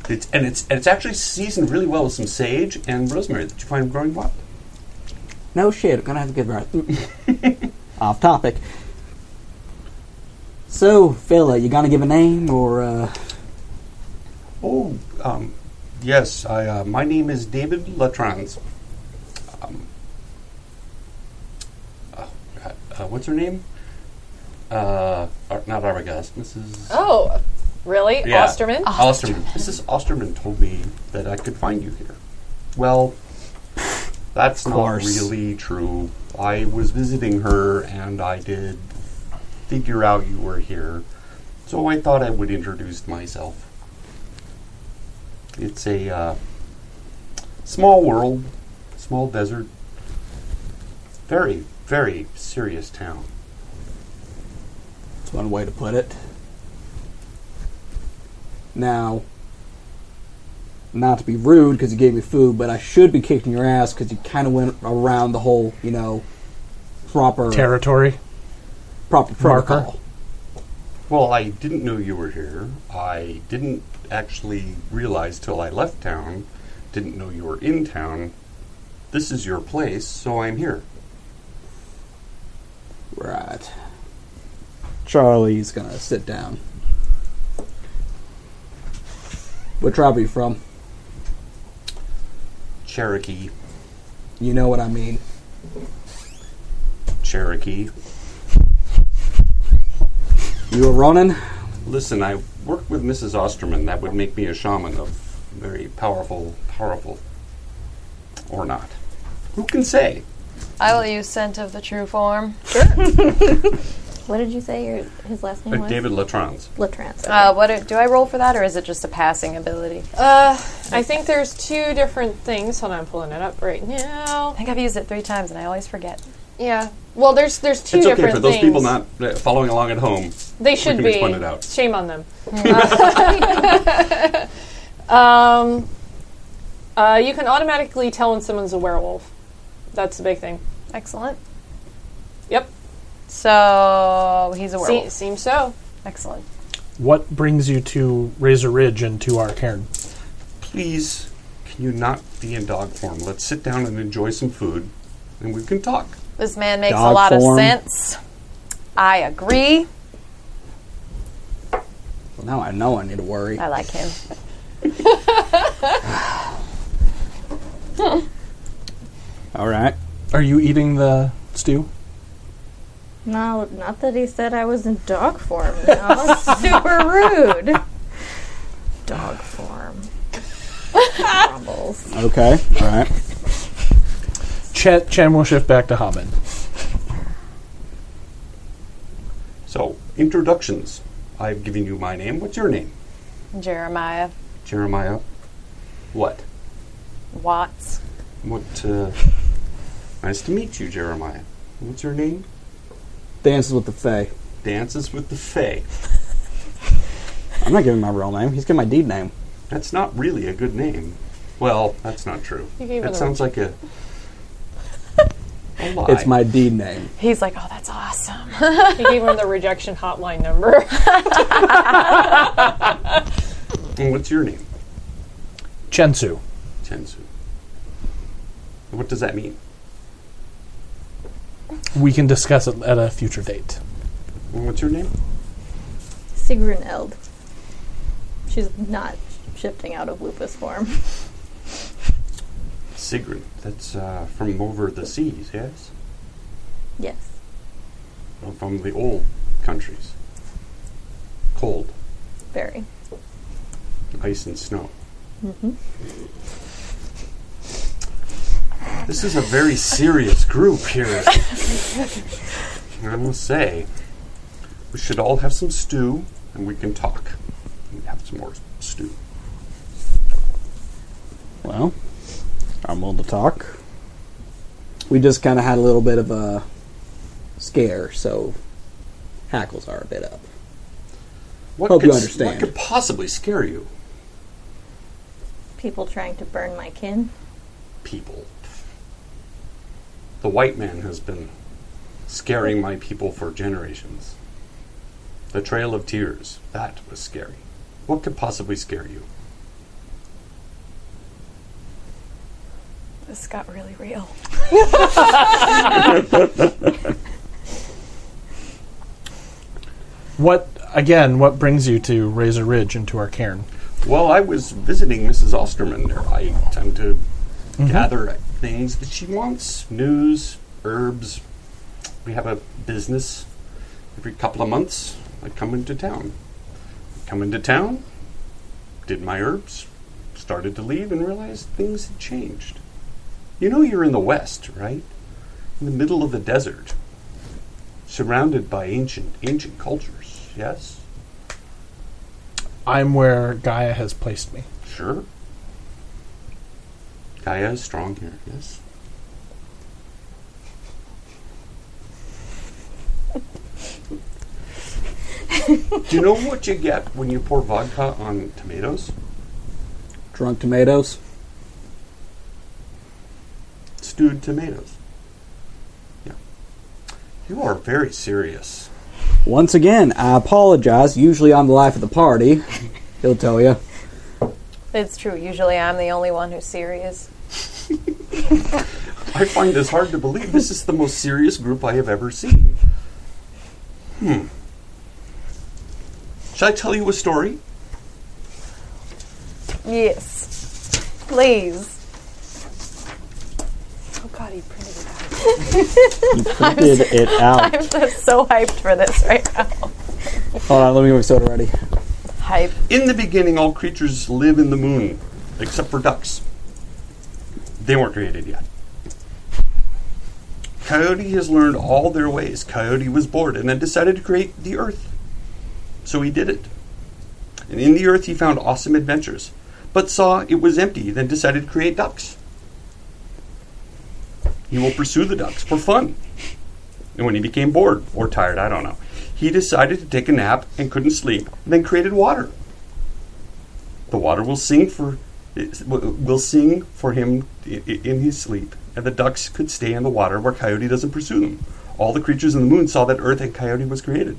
D: It's and it's and it's actually seasoned really well with some sage and rosemary that you find growing wild.
H: No shit, I'm gonna have to give her. a- Off topic. So, fella, you gonna give a name or? Uh,
D: Oh, um, yes. I uh, my name is David Latrans. Um, oh, God, uh, what's her name? Uh, Ar- not Arbogast. Mrs.
F: Oh, really?
D: Yeah.
F: Osterman?
D: Osterman. Mrs. Osterman told me that I could find you here. Well, that's not
H: course.
D: really true. I was visiting her and I did figure out you were here. So I thought I would introduce myself. It's a uh, small world, small desert, very, very serious town.
H: that's one way to put it. Now, not to be rude because you gave me food, but I should be kicking your ass because you kind of went around the whole, you know, proper
A: Territory.
H: proper
A: Marker.
H: protocol.
D: Well, I didn't know you were here. I didn't actually realize till I left town. Didn't know you were in town. This is your place, so I'm here.
H: Right. Charlie's gonna sit down. What tribe are you from?
D: Cherokee,
H: You know what I mean.
D: Cherokee.
H: You were running?
D: Listen, I work with Mrs. Osterman. That would make me a shaman of very powerful, powerful, or not. Who can say?
E: oh. I will use scent of the true form.
C: What did you say your, his last name
D: Uh,
C: was?
D: David Latrans.
C: Latrance. okay.
E: Uh, what do, do I roll for that, or is it just a passing ability? I
F: Uh, I think there's two different things. Hold on, I'm pulling it up right now.
E: think I've used it three times, and I always forget.
F: Yeah. Well, there's there's two
D: It's
F: different
D: okay for those
F: things.
D: people not uh, following along at home.
F: They should
D: can
F: be.
D: explain it out.
F: Shame on them. um, Uh, you can automatically tell when someone's a werewolf. That's the big thing.
E: Excellent.
F: Yep.
E: So he's a werewolf.
F: Se- seems so.
E: Excellent.
A: What brings you to Razor Ridge and to our cairn?
D: Please, can you not be in dog form? Let's sit down and enjoy some food, and we can talk.
E: This man makes a
H: Dog
E: lot
H: form.
E: of sense. I agree.
H: Well, now I know I need to worry.
E: I like him.
H: All right.
A: Are you eating the stew?
C: No, not that he said I was in dog form. No, that's super rude. Dog form. Grumbles.
H: Okay. All right.
A: Chen, Chen will shift back to Haman.
D: So, introductions. I've given you my name. What's your name?
E: Jeremiah
D: Jeremiah. What?
E: Watts.
D: What? Uh, nice to meet you, Jeremiah. What's your name?
H: Dances with the Fae.
D: Dances with the Fae.
H: I'm not giving my real name. He's giving my deed name.
D: That's not really a good name. Well, that's not true.
F: You gave it
D: That
F: a-
D: sounds like a. a lie.
H: It's my deed name.
E: He's like, oh, that's awesome.
F: He gave him the rejection hotline number.
D: And What's your name?
A: Chensu.
D: Tensu. What does that mean?
A: We can discuss it at a future date.
D: And What's your name?
C: Sigrun Eld. She's not shifting out of lupus form.
D: Sigrun. That's uh, from over the seas, yes?
C: Yes.
D: Or from the old countries. Cold,
C: Very.
D: ice and snow. This is a very serious group here. I must say, we should all have some stew and we can talk. We have some more stew.
H: Well, I'm willing to talk. We just kind of had a little bit of a scare, so hackles are a bit up.
D: What
H: Hope
D: could
H: you
D: s- What
H: understand.
D: could possibly scare you?
C: People trying to burn my kin.
D: people. The white man has been scaring my people for generations. The Trail of Tears, that was scary. What could possibly scare you?
E: This got really real.
A: What again? What brings you to Razor Ridge and to our cairn?
D: Well, I was visiting Mrs. Osterman there. I tend to gather things that she wants news, herbs. We have a business every couple of months. I come into town. Come into town, did my herbs, started to leave, and realized things had changed. You know, you're in the West, right? In the middle of the desert, surrounded by ancient, ancient cultures, yes?
A: I'm where Gaia has placed me.
D: Sure. Gaia is strong here, yes. Do you know what you get when you pour vodka on tomatoes?
H: Drunk tomatoes.
D: Stewed tomatoes. Yeah. You are very serious.
H: Once again, I apologize. Usually I'm the life of the party. He'll tell you.
E: It's true. Usually I'm the only one who's serious.
D: I find this hard to believe. This is the most serious group I have ever seen. Hmm. Shall I tell you a story?
E: Yes. Please. Oh, God, he printed it out.
H: Did it out.
E: I'm just so hyped for this right now.
H: Hold on, let me get my soda ready.
E: Hype.
D: In the beginning, all creatures live in the moon, except for ducks. They weren't created yet. Coyote has learned all their ways. Coyote was bored and then decided to create the earth. So he did it. And in the earth, he found awesome adventures, but saw it was empty, then decided to create ducks. He will pursue the ducks for fun. And when he became bored or tired, I don't know, he decided to take a nap and couldn't sleep, and then created water. The water will sing for It's- w- We'll sing for him i- i- in his sleep, and the ducks could stay in the water where Coyote doesn't pursue them. All the creatures in the moon saw that Earth and Coyote was created.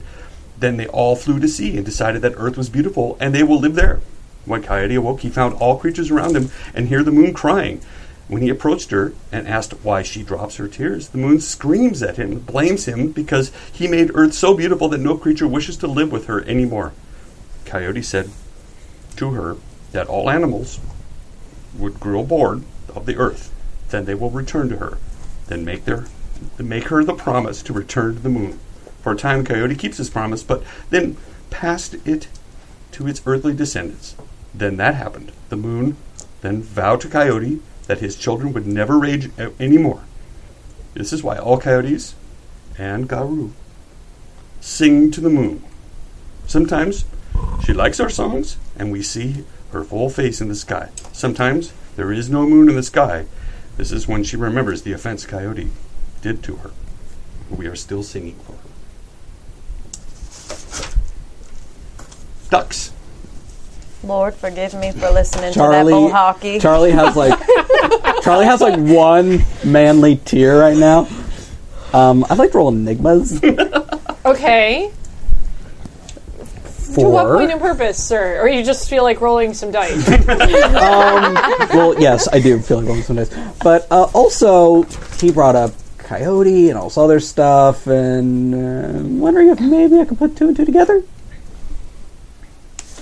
D: Then they all flew to sea and decided that Earth was beautiful, and they will live there. When Coyote awoke, he found all creatures around him and heard the moon crying. When he approached her and asked why she drops her tears, the moon screams at him, blames him because he made Earth so beautiful that no creature wishes to live with her anymore. Coyote said to her that all animals would grow bored of the earth. Then they will return to her. Then make their make her the promise to return to the moon. For a time, Coyote keeps his promise, but then passed it to its earthly descendants. Then that happened. The moon then vowed to Coyote that his children would never rage a- anymore. This is why all coyotes and Garu sing to the moon. Sometimes she likes our songs, and we see her full face in the sky. Sometimes there is no moon in the sky. This is when she remembers the offense Coyote did to her. We are still singing for her. Ducks.
E: Lord, forgive me for listening to that bull
H: Charlie,
E: hockey.
H: Charlie has like Charlie has like one manly tear right now. Um, I'd like to roll enigmas
F: Okay. To what
H: for.
F: point in purpose, sir? Or you just feel like rolling some dice?
H: well, yes, I do feel like rolling some dice, but uh, also he brought up coyote and all this other stuff, and uh, I'm wondering if maybe I could put two and two together.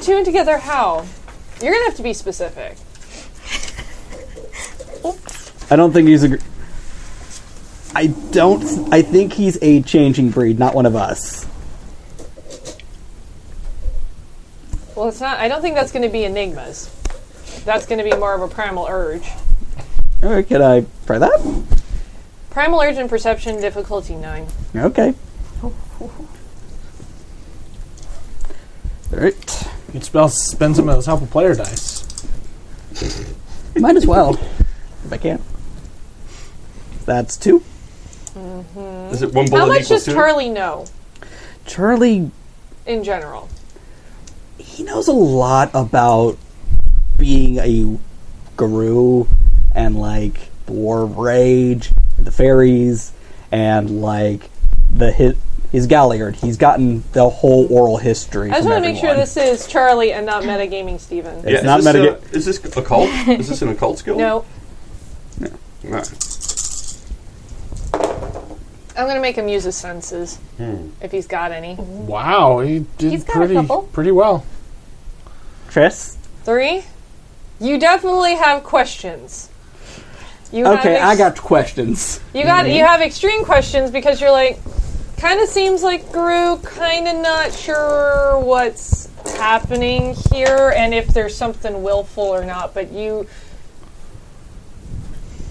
F: Two and together how? You're gonna have to be specific.
H: I don't think he's a. Gr- I don't. I think he's a changing breed, not one of us.
F: Well, it's not. I don't think that's gonna be enigmas. That's gonna be more of a primal urge.
H: All right, can I try that?
F: Primal urge and perception difficulty nine.
H: Okay. All right.
A: You can spell, spend some of those helpful player dice.
H: Might as well. if I can. That's two.
D: Is it one bullet
F: How much
D: equals
F: does
D: two?
F: Charlie know
H: Charlie,
F: in general?
H: he knows a lot about being a guru and like the war of rage, the fairies, and like the hit. He's Galliard. He's gotten the whole oral history.
F: I just
H: from
F: want to make sure
H: everyone.
F: this is Charlie and not metagaming Steven.
H: It's
D: is
H: not
D: this,
H: metagame.
D: uh, is this a cult? is this an occult skill?
F: No,
D: Alright.
F: I'm gonna make him use his senses
H: Hmm.
F: if he's got any.
A: Wow, he did
C: He's got a
A: pretty
C: couple.
A: pretty well.
H: Tris.
F: Three. You definitely have questions. You have
H: Okay, I
F: ex-
H: got questions.
F: You got
E: Mm-hmm.
F: you have extreme questions because you're like kind of seems like Gru kind of not sure what's happening here and if there's something willful or not, but you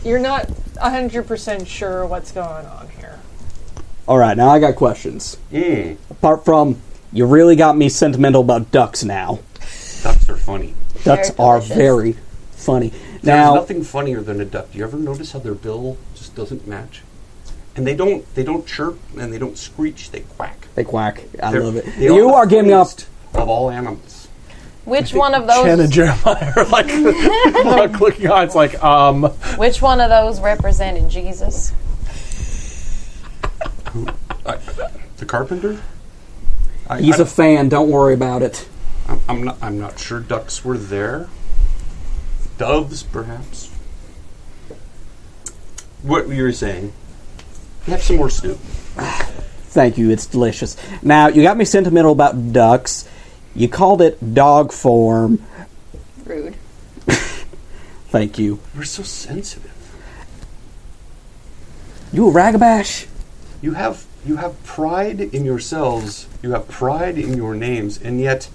F: you're not 100% sure what's going on here.
H: All right, now I got questions.
D: Mm.
H: Apart from, you really got me sentimental about ducks now.
D: Ducks are funny.
H: Ducks
C: Very
H: are
C: delicious.
H: very funny.
D: There's
H: Now,
D: nothing funnier than a duck. Do you ever notice how their bill just doesn't match? And they don't they don't chirp and they don't screech, they quack.
H: They quack. I
D: They're-
H: love it.
D: they
H: You
D: the
H: are giving up.
D: funniest of all animals.
E: Which one of
C: Oh,
A: Ken and
E: those?
A: Jeremiah are like not clicking on. It's like um,
E: Which one of those represented Jesus?
D: The carpenter? I,
H: He's
D: I,
H: a fan. Don't worry about it.
D: I'm, I'm not I'm not sure ducks were there. Doves, perhaps. What you were saying? Have some more soup.
H: Thank you. It's delicious. Now you got me sentimental about ducks. You called it dog form.
C: Rude.
H: Thank you.
D: We're so sensitive.
H: You a ragabash?
D: You have you have pride in yourselves. You have pride in your names, and yet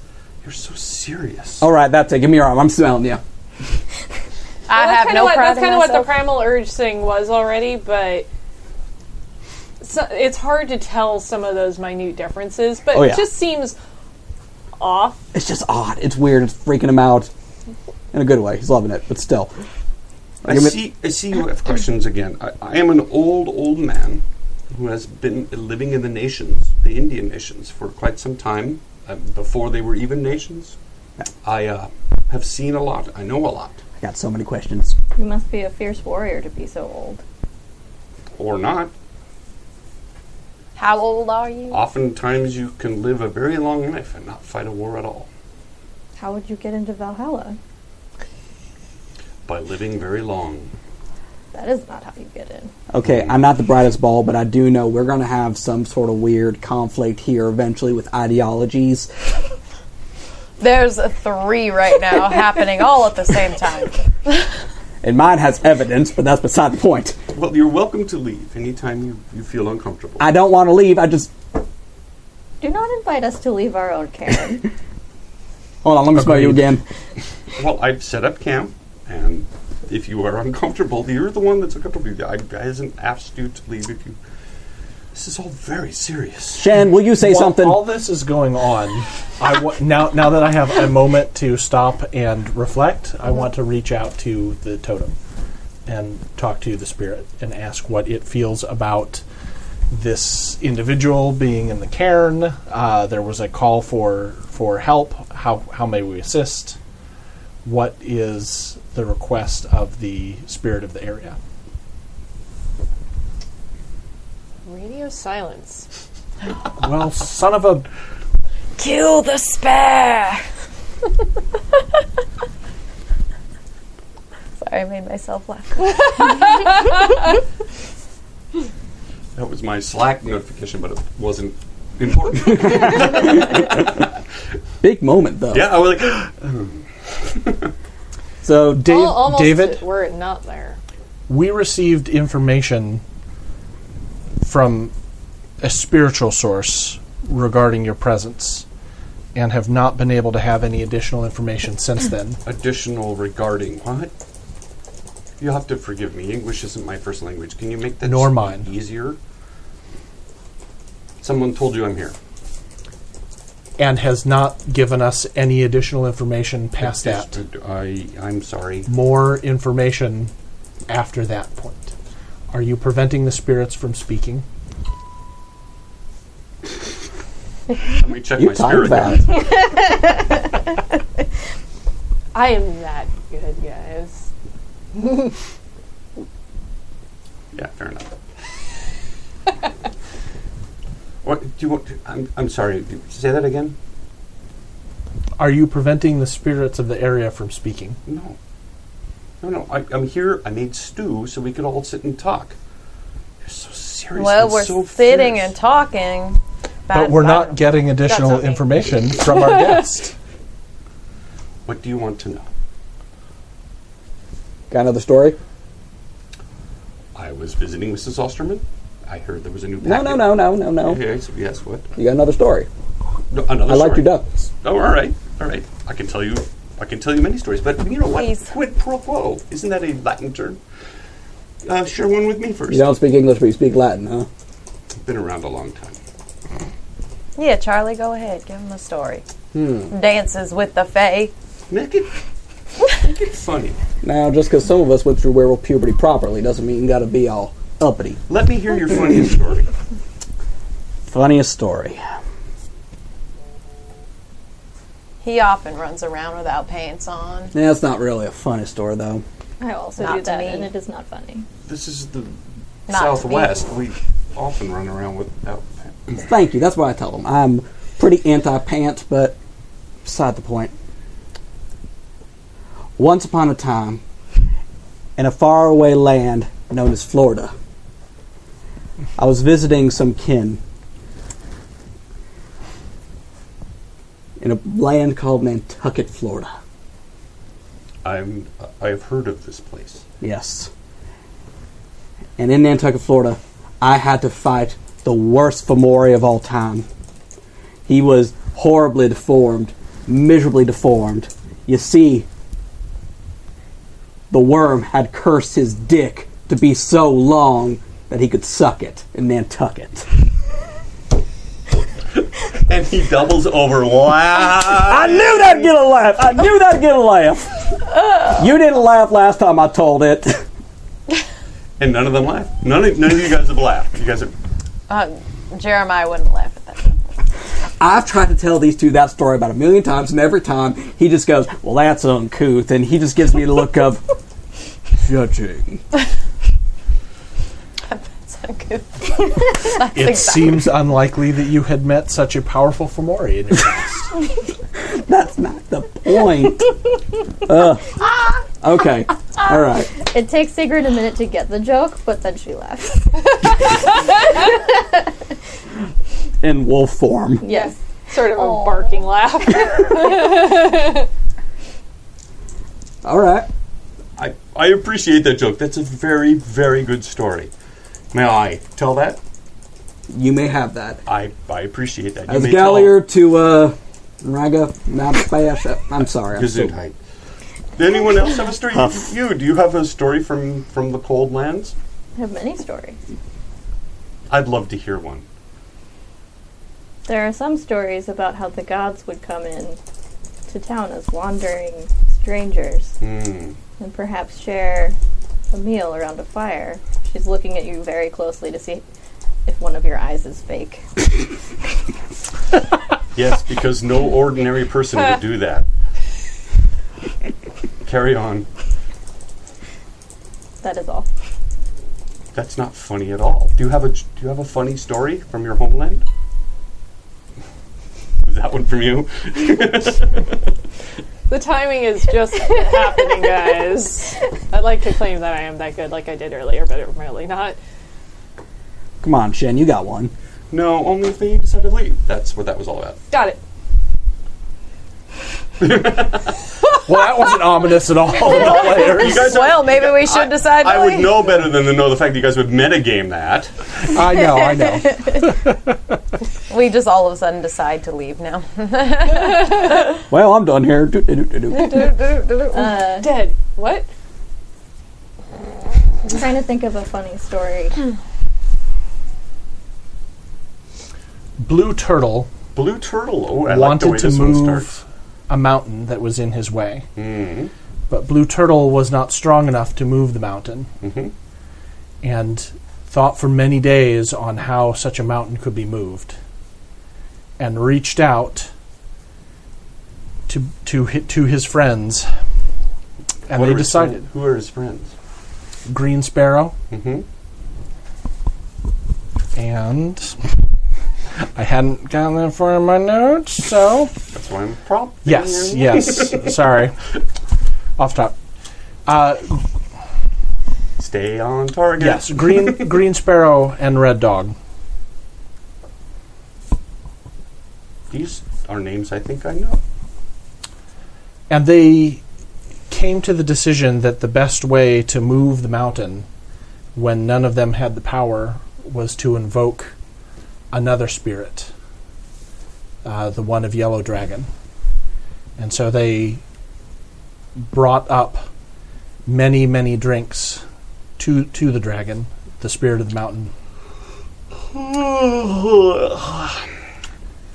D: you're so serious.
H: All right, that's it. Give me your arm. I'm smelling you.
E: I
F: Well, that's
E: have
F: kinda
E: no
F: what,
E: pride
F: That's
E: in
F: kind of what the
E: myself.
F: primal urge thing was already, but so, it's hard to tell some of those minute differences. But
H: Oh, yeah.
F: it just seems off.
H: It's just odd. It's weird. It's freaking him out in a good way. He's loving it, but still.
D: I
H: Give me-
D: see. I see. You have questions again. I, I am an old, old man who has been living in the nations, the Indian nations, for quite some time, uh, before they were even nations. I uh, have seen a lot. I know a lot.
H: I got so many questions.
C: You must be a fierce warrior to be so old.
D: Or not.
E: How old are you?
D: Oftentimes you can live a very long life and not fight a war at all
C: How would you get into Valhalla?
D: by living very long.
C: That is not how you get in.
H: Okay, I'm not the brightest bulb, but I do know we're going to have some sort of weird conflict here eventually with ideologies.
E: There's a three right now happening all at the same time.
H: And mine has evidence, but that's beside the point.
D: Well, you're welcome to leave anytime you, you feel uncomfortable.
H: I don't want to leave. I just
C: Do not invite us to leave our own camp.
H: hold on. Let me spell you again.
D: well, I've set up camp, and if you are uncomfortable, you're the one that's uncomfortable. I, I hasn't asked you to leave if you. This is all very serious.
H: Shen, will you say
A: While
H: something?
A: all this is going on, I wa- now now that I have a moment to stop and reflect,
H: Mm-hmm.
A: I want to reach out to the totem and talk to the spirit and ask what it feels about this individual being in the cairn. Uh, there was a call for for help. How how may we assist? What is the request of the spirit of the area?
F: Radio silence.
A: Well, son of a
E: Kill the spare! Sorry, I made myself laugh.
D: That was my Slack notification, but it wasn't important.
H: Big moment though.
D: yeah, I was like,
H: So
A: Dave,
F: Al- almost
A: uh, David.
F: were it not there.
A: we received information from a spiritual source regarding your presence and have not been able to have any additional information since then.
D: additional regarding what? You'll have to forgive me. English isn't my first language. Can you make that
A: Nor mine.
D: easier? Someone told you I'm here.
A: And has not given us any additional information past that. Mm-hmm.
D: I, I'm sorry.
A: More information after that point. Are you preventing the spirits from speaking?
D: Let me check
H: you
D: my spirit
H: talked about
D: guide.
H: it.
F: I am that good, guys.
D: Yeah, fair enough. what do you want? To, I'm, I'm sorry. do you- Say that again.
A: Are you preventing the spirits of the area from speaking?
D: No, no, no. I, I'm here. I made stew so we could all sit and talk. You're so serious.
E: Well,
D: and
E: we're
D: so
E: sitting
D: fierce.
E: and talking.
A: But we're not getting additional
F: not me.
A: information from our guest.
D: What do you want to know?
H: Got another story?
D: I was visiting Mrs. Osterman. I heard there was a new.
H: No,
D: packet.
H: no, no, no, no, no.
D: Okay, so yes, what?
H: You got another story.
D: No, another
H: I like
D: story.
H: your ducks.
D: Oh, all right, all right. I can tell you, I can tell you many stories, but you know what?
E: Please.
D: Quid pro quo. Isn't that a Latin term? Uh, share one with me first.
H: You don't speak English, but you speak Latin, huh?
D: Been around a long time.
E: Yeah, Charlie, go ahead. Give him a story.
D: Hmm.
E: Dances with the Fae.
D: Make it, make it funny.
H: Now, just because some of us went through werewolf puberty properly doesn't mean you got to be all uppity.
D: Let me hear your funniest story.
H: Funniest story.
E: He often runs around without pants on.
H: That's not really a funny story, though.
C: I also
E: Not
C: do
E: to
C: that,
E: me.
C: and it is not funny.
D: This is the
E: Not
D: Southwest. We often run around without.
H: Thank you. That's what I tell them. I'm pretty anti-pants, but beside the point. Once upon a time, in a faraway land known as Florida, I was visiting some kin in a land called Nantucket, Florida.
D: I'm. I have heard of this place.
H: Yes. And in Nantucket, Florida, I had to fight the worst Fomori of all time. He was horribly deformed, miserably deformed. You see, the worm had cursed his dick to be so long that he could suck it in Nantucket.
D: And he doubles over. Wow.
H: I knew that'd get a laugh. I knew that'd get a laugh. You didn't laugh last time I told it.
D: And none of them laugh. None of none of you guys have laughed. You guys have.
E: Uh, Jeremiah wouldn't laugh at that.
H: I've tried to tell these two that story about a million times, and every time he just goes, "Well, that's uncouth," and he just gives me the look of judging.
E: It's not good.
A: It seems unlikely that you had met such a powerful Fomori in your
H: That's not the point. Ugh. Okay. All right.
C: It takes Sigrid a minute to get the joke, but then she laughs.
H: In wolf form.
C: yes.
F: Sort of
C: Aw.
F: a barking laugh.
H: All right.
D: I, I appreciate that joke. That's a very, very good story. May I tell that?
H: You may have that.
D: I, I appreciate that. You
H: As
D: may
H: Gallier to uh, Raga Mabspash. I'm sorry. I'm
D: tell
H: so-
D: Gesundheit. Does anyone else have a story? You, do you have a story from, from the Cold Lands?
C: I have many stories.
D: I'd love to hear one.
C: There are some stories about how the gods would come in to town as wandering strangers
D: Hmm.
C: and perhaps share a meal around a fire. She's looking at you very closely to see if one of your eyes is fake.
D: Yes, because no ordinary person would do that. Carry on.
C: That is all.
D: That's not funny at all. Do you have a Do you have a funny story from your homeland? Is that one from you?
F: the timing is just happening, guys. I'd like to claim that I am that good, like I did earlier, but I'm really not.
H: Come on, Shen. You got one.
D: No, only if they decide to leave. That's what that was all about.
F: Got it.
A: Well, that wasn't ominous at all. No layers.
D: You guys,
E: Well, maybe we should decide.
D: I
E: to
D: would
E: leave.
D: know better than to know the fact that you guys would metagame that.
A: I know, I know.
E: We just all of a sudden decide to leave now.
H: Well, I'm done here. Do, do, do, do.
C: Uh,
F: Dead. What?
C: I'm trying to think of a funny story.
A: Blue Turtle
D: Blue turtle. Oh, I like the way
A: wanted to
D: this one starts.
A: move a mountain that was in his way,
D: Mm.
A: but Blue Turtle was not strong enough to move the mountain
D: Mhm.
A: and thought for many days on how such a mountain could be moved and reached out to to hi- to his friends and
D: What
A: they
D: are his
A: decided
D: friend- Who are his friends?
A: Green Sparrow
D: Mm-hmm.
A: and I hadn't gotten that far in my notes, so
D: That's why I'm prop.
A: Yes, yes. Sorry. Off top. Uh,
D: Stay on target.
A: yes, green green sparrow and red dog.
D: These are names I think I know.
A: And they came to the decision that the best way to move the mountain when none of them had the power was to invoke another spirit, uh, the one of Yellow Dragon. And so they brought up many, many drinks to, to the dragon, the spirit of the mountain.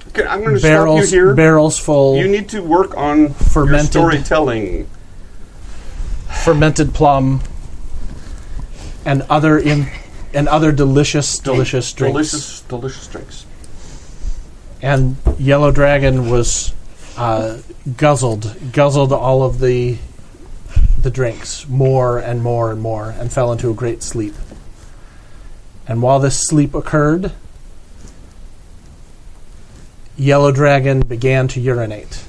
D: Okay, I'm going to stop you
A: barrels
D: here.
A: barrels full
D: you need to work on
A: Fermented.
D: your storytelling.
A: fermented plum and other in and other delicious delicious drinks
D: Delicious, delicious drinks.
A: and yellow dragon was uh, guzzled guzzled all of the the drinks more and more and more and fell into a great sleep and while this sleep occurred yellow dragon began to urinate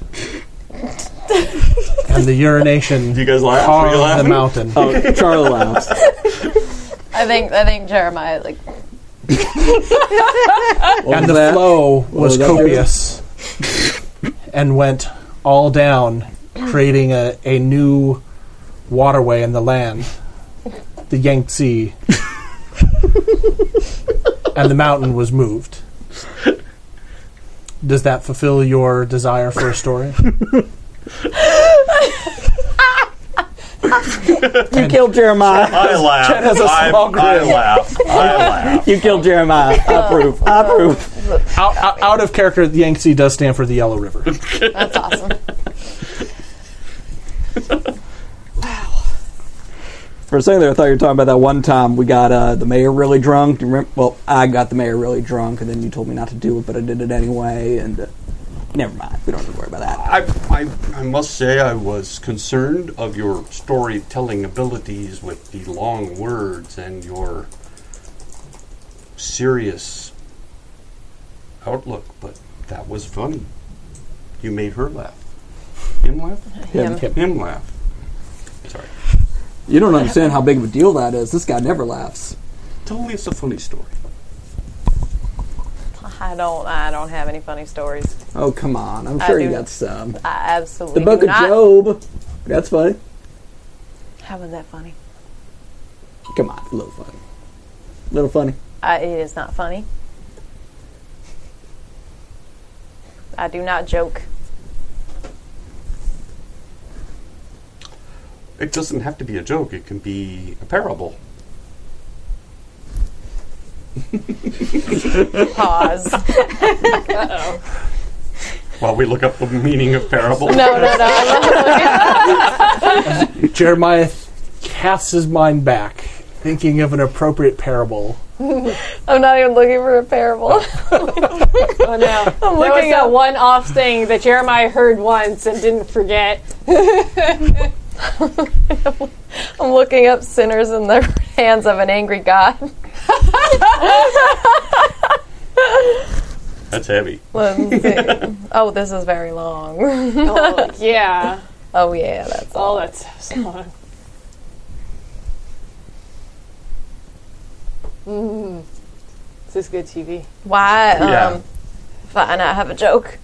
A: and the urination
D: Do you guys laugh? Are
A: carved
D: you
A: the
D: laughing?
A: mountain
H: Oh, Charlie laughs.
E: I think I think Jeremiah like
H: What
A: and
H: was
A: the
H: that?
A: flow was
H: was that?
A: copious and went all down, creating a, a new waterway in the land, the Yangtze. and the mountain was moved. Does that fulfill your desire for a story?
H: You killed Jeremiah.
D: I laugh.
A: has a
D: I-
A: small grin.
D: I laugh. I laugh.
H: You
E: Oh.
H: killed Jeremiah. I approve. I approve.
A: out, out, out of character, the Yangtze does stand for the Yellow River.
E: that's awesome.
H: For a second there, I thought you were talking about that one time we got uh, the mayor really drunk. Do you remember? Well, I got the mayor really drunk, and then you told me not to do it, but I did it anyway. And uh, never mind, we don't have to worry about that.
D: I, I, I must say I was concerned of your storytelling abilities with the long words and your serious outlook, but that was funny. You made her laugh. Him laugh?
H: Him.
D: Him laugh. Sorry.
H: You don't understand how big of a deal that is. This guy never laughs.
D: Tell me it's a funny story.
E: I don't. I don't have any funny stories.
H: Oh come on! I'm
E: I
H: sure you
E: do.
H: got some.
E: I
H: The
E: absolutely.
H: Book
E: do
H: of
E: not.
H: Job. That's funny.
E: How was that funny?
H: Come on, a little funny. little funny.
E: I, Uh, it is not funny. I do not joke.
D: It doesn't have to be a joke, it can be a parable.
E: Pause.
D: While we look up the meaning of parable.
E: no, no, no.
A: Jeremiah casts his mind back, thinking of an appropriate parable.
E: I'm not even looking for a parable.
F: Oh no! I'm there was
E: looking
F: that
E: up.
F: one off thing that Jeremiah heard once and didn't forget.
E: I'm looking up sinners in the hands of an angry God.
D: That's heavy.
E: Let me see. oh, this is very long.
F: Oh, yeah.
E: Oh yeah, that's all.
F: Oh, that's so long. Mm. This is good TV.
E: Why? Um,
D: Yeah.
E: Fine, I have a joke.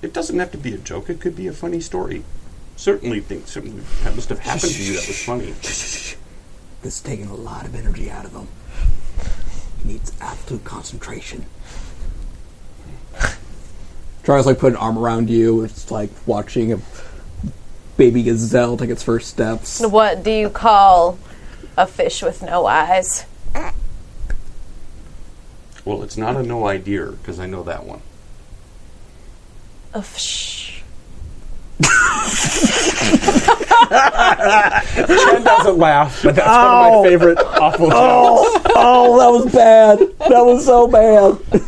D: It doesn't have to be a joke, it could be a funny story. Certainly things certainly that must have happened to you that was funny.
H: This is taking a lot of energy out of him. He needs absolute concentration. Tries like put an arm around you. It's like watching a baby gazelle take its first steps.
E: What do you call a fish with no eyes?
D: Well, it's not a no idea, because I know that one.
E: A fish.
A: Chen doesn't laugh, but that's one of
H: Ow.
A: my favorite awful jokes.
H: Oh, that was bad. That was so bad.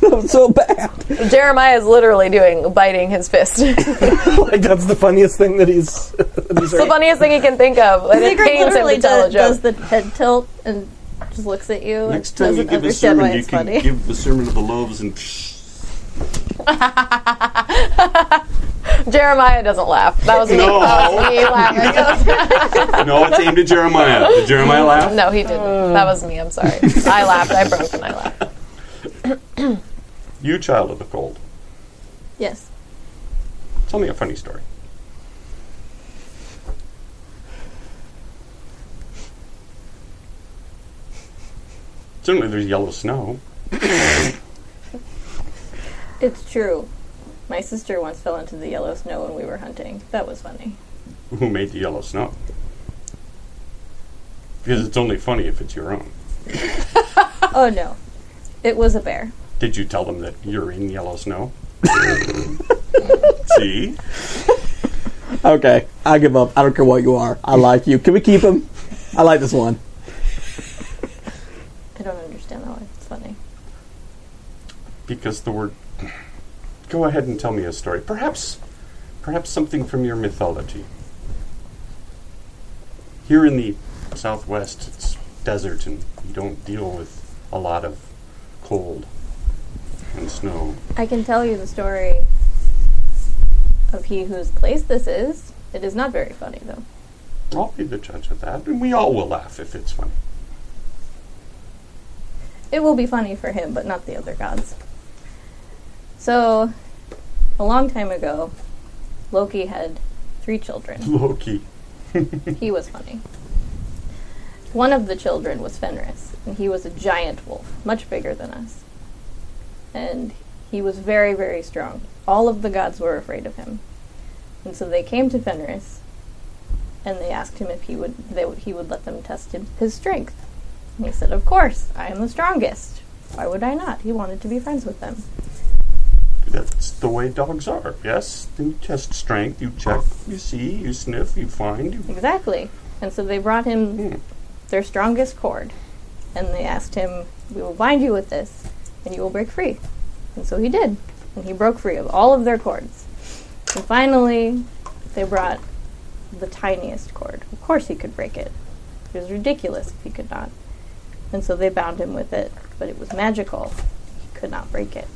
H: That was so bad.
E: Jeremiah is literally doing biting his fist. it's
A: Like that's the funniest thing that he's. that he's
E: the
A: already-
E: funniest thing he can think of, and it
C: Sigrid
E: pains him
C: literally
E: to tell a
C: does, does
E: joke.
C: the head tilt and just looks at you.
D: Next
C: and
D: time you
C: doesn't
D: give a
C: understand why
D: sermon, you
C: it's
D: can
C: funny.
D: give the sermon of the loaves and.
E: Jeremiah doesn't laugh. That was me.
D: No.
E: That was me laughing.
D: no, it's aimed at Jeremiah. Did Jeremiah laugh?
E: no, he didn't. That was me. I'm sorry. I laughed. I broke and I laughed.
D: You, child of the cold.
C: yes.
D: Tell me a funny story. Certainly there's yellow snow.
C: It's true. My sister once fell into the yellow snow when we were hunting. That was funny.
D: Who made the yellow snow? Because it's only funny if it's your own.
C: Oh no. It was a bear.
D: Did you tell them that you're in yellow snow? See?
H: Okay, I give up. I don't care what you are. I like you. Can we keep him? I like this one.
C: I don't understand that one. It's funny.
D: Because the word. Go ahead and tell me a story. Perhaps, perhaps something from your mythology. Here in the Southwest, it's desert, and you don't deal with a lot of cold and snow.
C: I can tell you the story of he whose place this is. It is not very funny though.
D: I'll be the judge of that, and we all will laugh if it's funny.
C: it will be funny for him, but not the other gods. So, a long time ago, Loki had three children.
D: Loki.
C: he was funny. One of the children was Fenris, and he was a giant wolf, much bigger than us. And he was very, very strong. All of the gods were afraid of him. And so they came to Fenris and they asked him if he would they, would- he would let them test him, his strength. And he said, "Of course, I am the strongest. Why would I not?" He wanted to be friends with them.
D: That's the way dogs are, yes? You test strength, you check, you see, you sniff, you find, you
C: Exactly. And so they brought him their strongest cord. And they asked him, We will bind you with this, and you will break free. And so he did. And he broke free of all of their cords. And finally, they brought the tiniest cord. Of course he could break it. It was ridiculous if he could not. And so they bound him with it, but it was magical. He could not break it.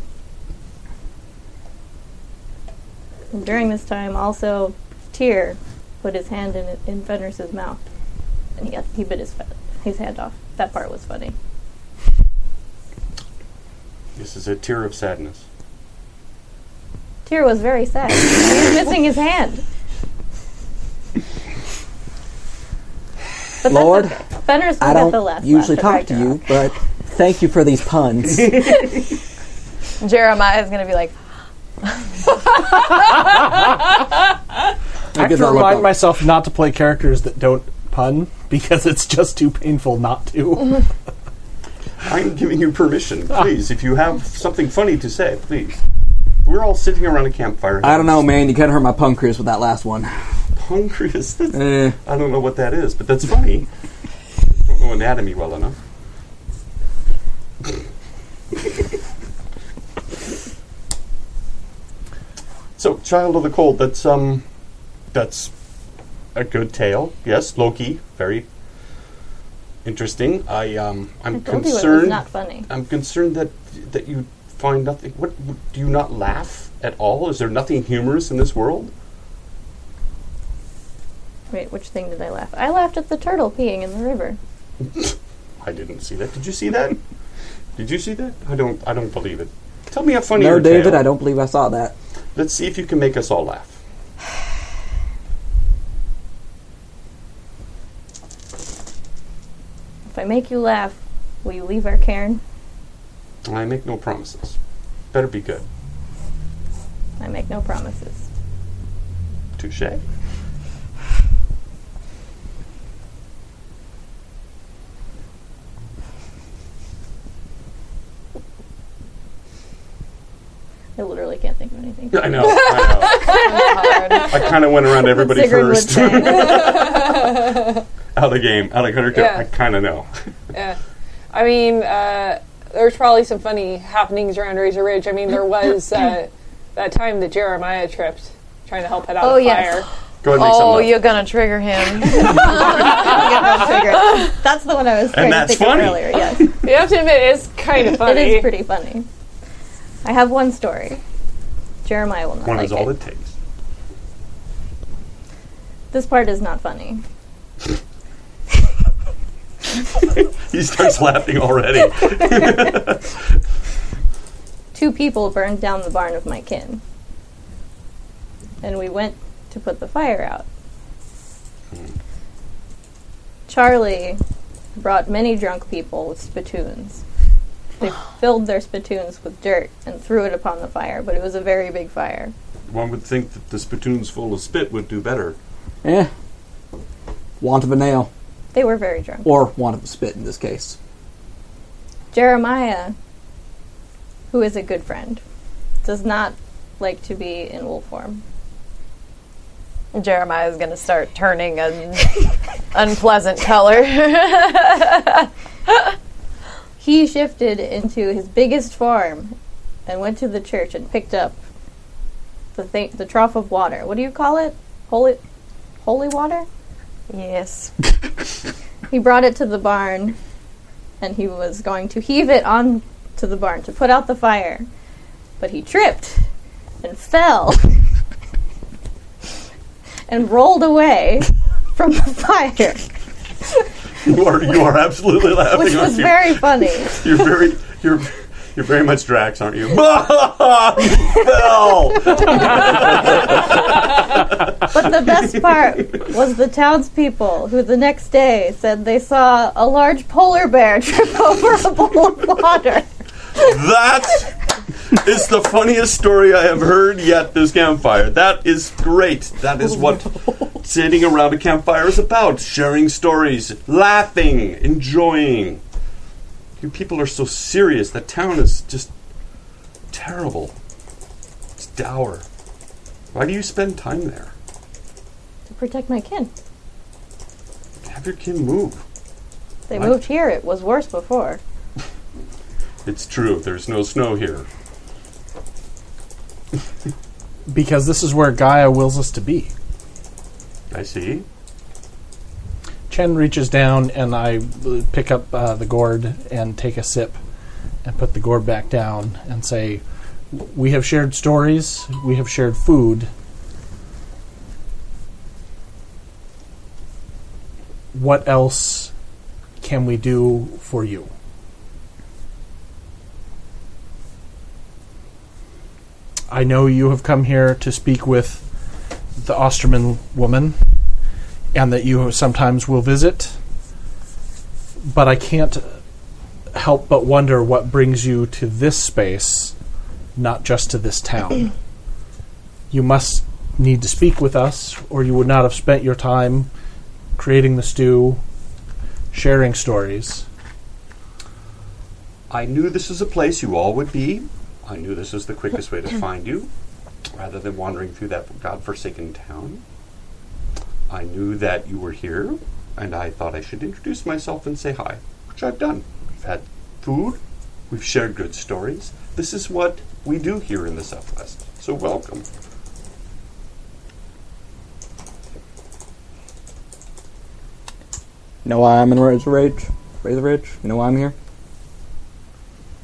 C: And during this time, also, Tyr put his hand in, in Fenris's mouth, and he, got, he bit his, fe- his hand off. That part was funny.
D: This is a tear of sadness.
C: Tyr was very sad. he was missing his hand. But
H: Lord,
C: that's okay. Fenris will
H: I
C: get the last
H: don't usually
C: laugh
H: talk
C: at
H: to
C: Ragnarok.
H: you, but thank you for these puns.
E: Jeremiah's going to be like,
A: I have
H: Because
A: to
H: I look
A: remind
H: up.
A: myself not to play characters that don't pun because it's just too painful not to.
D: I'm giving you permission, please. If you have something funny to say, please. We're all sitting around a campfire.
H: I don't know, man. You kind of hurt my pun careers with that last one.
D: Hungry is this?
H: Eh.
D: I don't know what that is, but that's funny. don't know anatomy well enough. so, Child of the Cold. That's um, that's a good tale. Yes, Loki. Very interesting. I um,
C: I
D: I'm
C: told you it was
D: concerned.
C: not funny.
D: I'm concerned that that you find nothing. What do you not laugh at all? Is there nothing humorous in this world?
C: Wait, which thing did I laugh? I laughed at the turtle peeing in the river.
D: I didn't see that. Did you see that? Did you see that? I don't. I don't believe it. Tell me a funny.
H: No, David, I don't believe I saw that.
D: Let's see if you can make us all laugh.
C: If I make you laugh, will you leave our cairn?
D: I make no promises. Better be good.
C: I make no promises.
D: Touche.
C: I literally can't think of anything.
D: I know. I,
E: hard.
D: know. I kind of went around everybody
C: Sigrid would
D: first.
C: say.
D: out of the game. Out of character.
F: Yeah.
D: I kind of know.
F: Yeah. I mean, uh, there's probably some funny happenings around Razor Ridge. I mean, there was uh, that time that Jeremiah tripped trying to help it out
C: Oh,
F: of
C: yes.
F: fire.
D: Go ahead and make
E: oh,
D: some.
E: you're
D: laugh.
E: going to trigger him.
C: That's the one I was trying to
D: that's
C: think
D: funny.
C: of earlier. Yes,
F: You have to admit, it's kind of
C: it
F: funny.
C: is pretty funny. I have one story. Jeremiah will not
D: One
C: like
D: is all
C: it.
D: it takes.
C: This part is not funny.
D: He starts laughing already.
C: Two people burned down the barn of my kin, and we went to put the fire out. Charlie brought many drunk people with spittoons. They filled their spittoons with dirt and threw it upon the fire, but it was a very big fire.
D: One would think that the spittoons full of spit would do better.
H: Eh. Want of a nail.
C: They were very drunk.
H: Or want of a spit in this case.
C: Jeremiah, who is a good friend, does not like to be in wolf form.
E: Jeremiah's going to start turning an unpleasant color.
C: He shifted into his biggest form and went to the church and picked up the thing, the trough of water. What do you call it? Holy, holy water.
E: yes.
C: He brought it to the barn, and he was going to heave it on to the barn to put out the fire, but he tripped and fell and rolled away from the fire,
D: You are you are absolutely laughing.
C: which
D: aren't
C: was
D: you?
C: very funny.
D: You're very you're you're very much Drax, aren't you? you fell.
C: But the best part was the townspeople who the next day said they saw a large polar bear trip over a bowl of water.
D: That is the funniest story I have heard yet. This campfire. That is great. That is what sitting around a campfire is about: sharing stories, laughing, enjoying. You people are so serious. The town is just terrible. It's dour. Why do you spend time there?
C: To protect my kin.
D: Have your kin move.
C: They moved here. It was worse before.
D: It's true. There's no snow here.
A: because this is where Gaia wills us to be.
D: I see.
A: Chen reaches down, and I uh, pick up uh, the gourd and take a sip, and put the gourd back down, and say, "We have shared stories. We have shared food. What else can we do for you?" I know you have come here to speak with the Osterman woman and that you sometimes will visit, but I can't help but wonder what brings you to this space, not just to this town. you must need to speak with us, or you would not have spent your time creating the stew, sharing stories.
D: I knew this is a place you all would be. I knew this is the quickest way to find you, rather than wandering through that godforsaken town. I knew that you were here, and I thought I should introduce myself and say hi, which I've done. We've had food, we've shared good stories. This is what we do here in the Southwest. So welcome.
H: Know why I'm in Razor Rage? Razor Rage? You know why I'm here?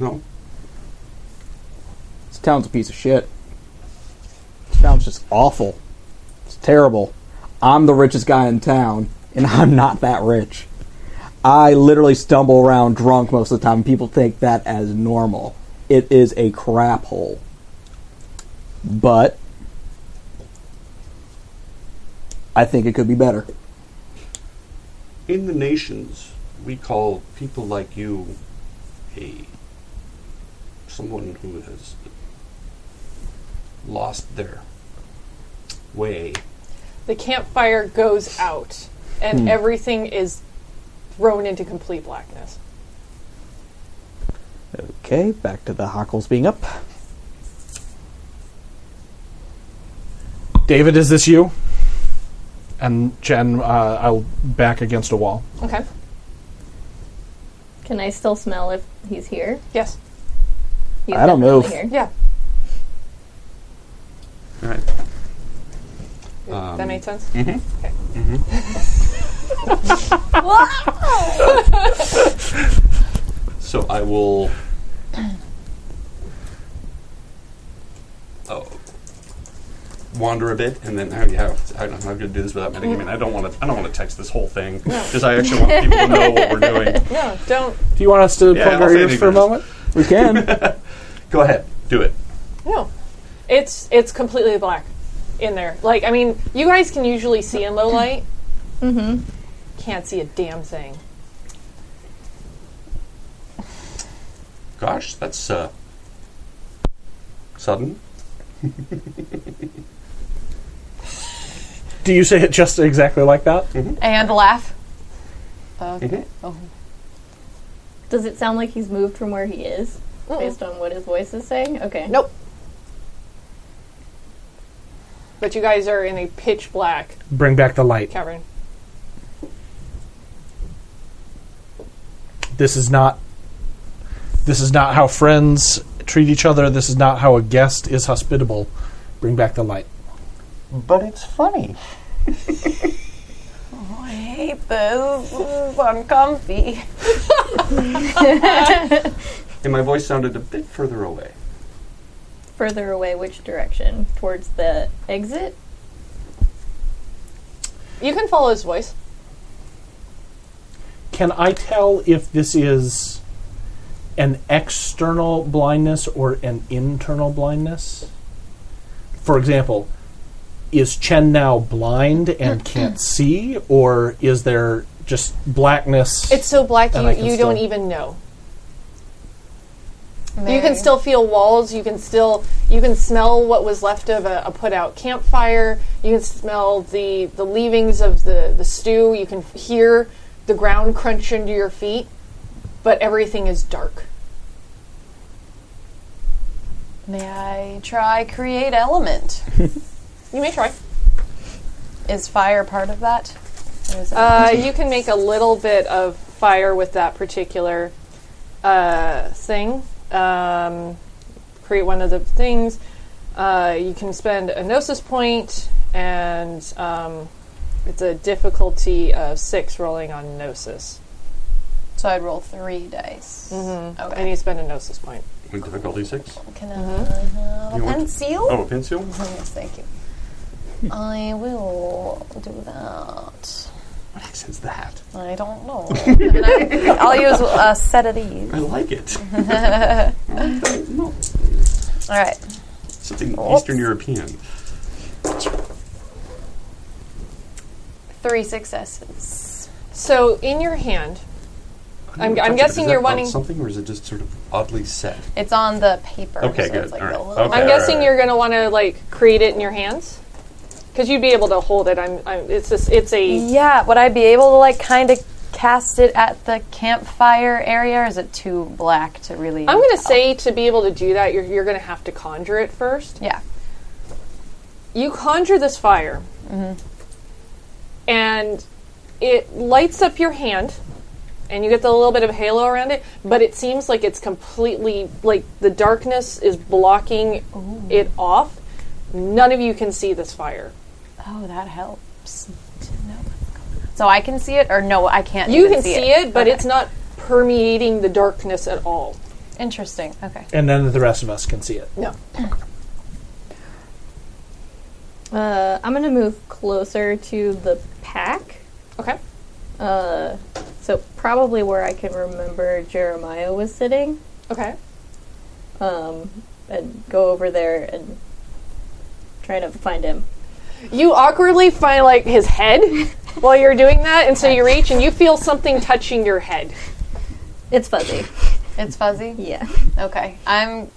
D: No,
H: This town's a piece of shit. This town's just awful. It's terrible. I'm the richest guy in town, and I'm not that rich. I literally stumble around drunk most of the time. People take that as normal. It is a crap hole. But I think it could be better.
D: In the nations, we call people like you a someone who has lost their way.
F: The campfire goes out, and everything is thrown into complete blackness.
H: Okay, back to the Hockles being up.
A: David, is this you? And Chen, uh, I'll back against a wall.
F: Okay.
C: Can I still smell if he's here?
F: Yes.
C: He's
H: I don't
C: definitely
H: move.
C: Here.
F: Yeah.
D: All right.
F: that made sense.
D: So I will. uh, oh, wander a bit, and then oh, yeah, I don't know how I'm going to do this without metagame, and I don't want to. I don't want to text this whole thing because I actually want people to know what we're doing.
F: No, don't.
A: Do you want us to
D: Yeah,
A: plug
D: I'll
A: our
D: say
A: ears
D: the
A: for a
D: ears.
A: moment?
H: We can.
D: Go ahead, do it.
F: No. It's it's completely black in there. Like I mean, you guys can usually see in low light. mm-hmm. Can't see a damn thing.
D: Gosh, that's uh, sudden.
A: Do you say it just exactly like that?
E: And laugh.
C: Does it sound like he's moved from where he is based on what his voice is saying? Okay.
F: Nope. But you guys are in a pitch black
A: Bring back the light.
F: cavern.
A: this is not this is not how friends treat each other this is not how a guest is hospitable bring back the light
D: But it's funny.
E: I hate this. This is uncomfy.
D: And my voice sounded a bit further away.
C: Further away, which direction? Towards the exit?
F: You can follow his voice.
A: can i tell if this is an external blindness or an internal blindness for example is chen now blind and
F: Mm-hmm.
A: can't see or is there just blackness
F: It's so black
A: And I can
F: you, you don't
A: still-
F: even know. You can still feel walls. You can still you can smell what was left of a, a put out campfire. You can smell the the leavings of the the stew. You can hear the ground crunch under your feet, but everything is dark.
E: May I try create element?
F: You may try.
E: Is fire part of that?
F: Uh, you can make a little bit of fire with that particular uh, thing. Um, create one of the things. Uh, you can spend a gnosis point, and um, it's a difficulty of six rolling on gnosis.
E: So I'd roll three dice. Mm-hmm. Okay.
F: And you spend a gnosis point.
D: With difficulty six.
E: Can I have
D: You want
E: a
D: to-
E: pencil?
D: Oh, a pencil.
E: Yes, thank you. I will do that.
D: What accent's that?
E: I don't know. I'll use a set of these.
D: I like it. no,
E: All right.
D: something
E: Oops.
D: Eastern European.
E: Three successes.
F: So in your hand, I'm- I'm guessing
D: Is
F: you're
D: that
F: wanting-
D: about something, or is it just sort of oddly set?
E: It's on the paper.
D: Okay,
E: so
D: good.
E: It's like
D: All
E: the
D: right.
E: little
D: Okay.
F: I'm
D: Alright,
F: guessing
D: alright.
F: you're going to want to like create it in your hands because you'd be able to hold it. I'm. I'm it's just. It's a.
E: Yeah, would I be able to like kind of cast it at the campfire area? Or is it too black to really?
F: I'm going to say to be able to do that, you're, you're going to have to conjure it first.
E: Yeah.
F: You conjure this fire, Mm-hmm. and it lights up your hand, and you get the little bit of halo around it. But it seems like it's completely like the darkness is blocking it off. None of you can see this fire.
E: Oh, that helps. To know what's going on. So I can see it, or no, I can't.
F: You
E: even
F: can see it, but
E: Okay.
F: it's not permeating the darkness at all.
E: interesting. Okay.
A: And none of the rest of us can see it.
F: No.
C: Uh, I'm gonna move closer to the pack.
F: Okay.
C: Uh, so probably where I can remember Jeremiah was sitting,
F: Okay.
C: um, and go over there and try to find him.
F: You awkwardly find like his head while you're doing that, and so you reach and you feel something touching your head.
C: It's fuzzy.
E: It's fuzzy.
C: Yeah.
E: Okay. I'm.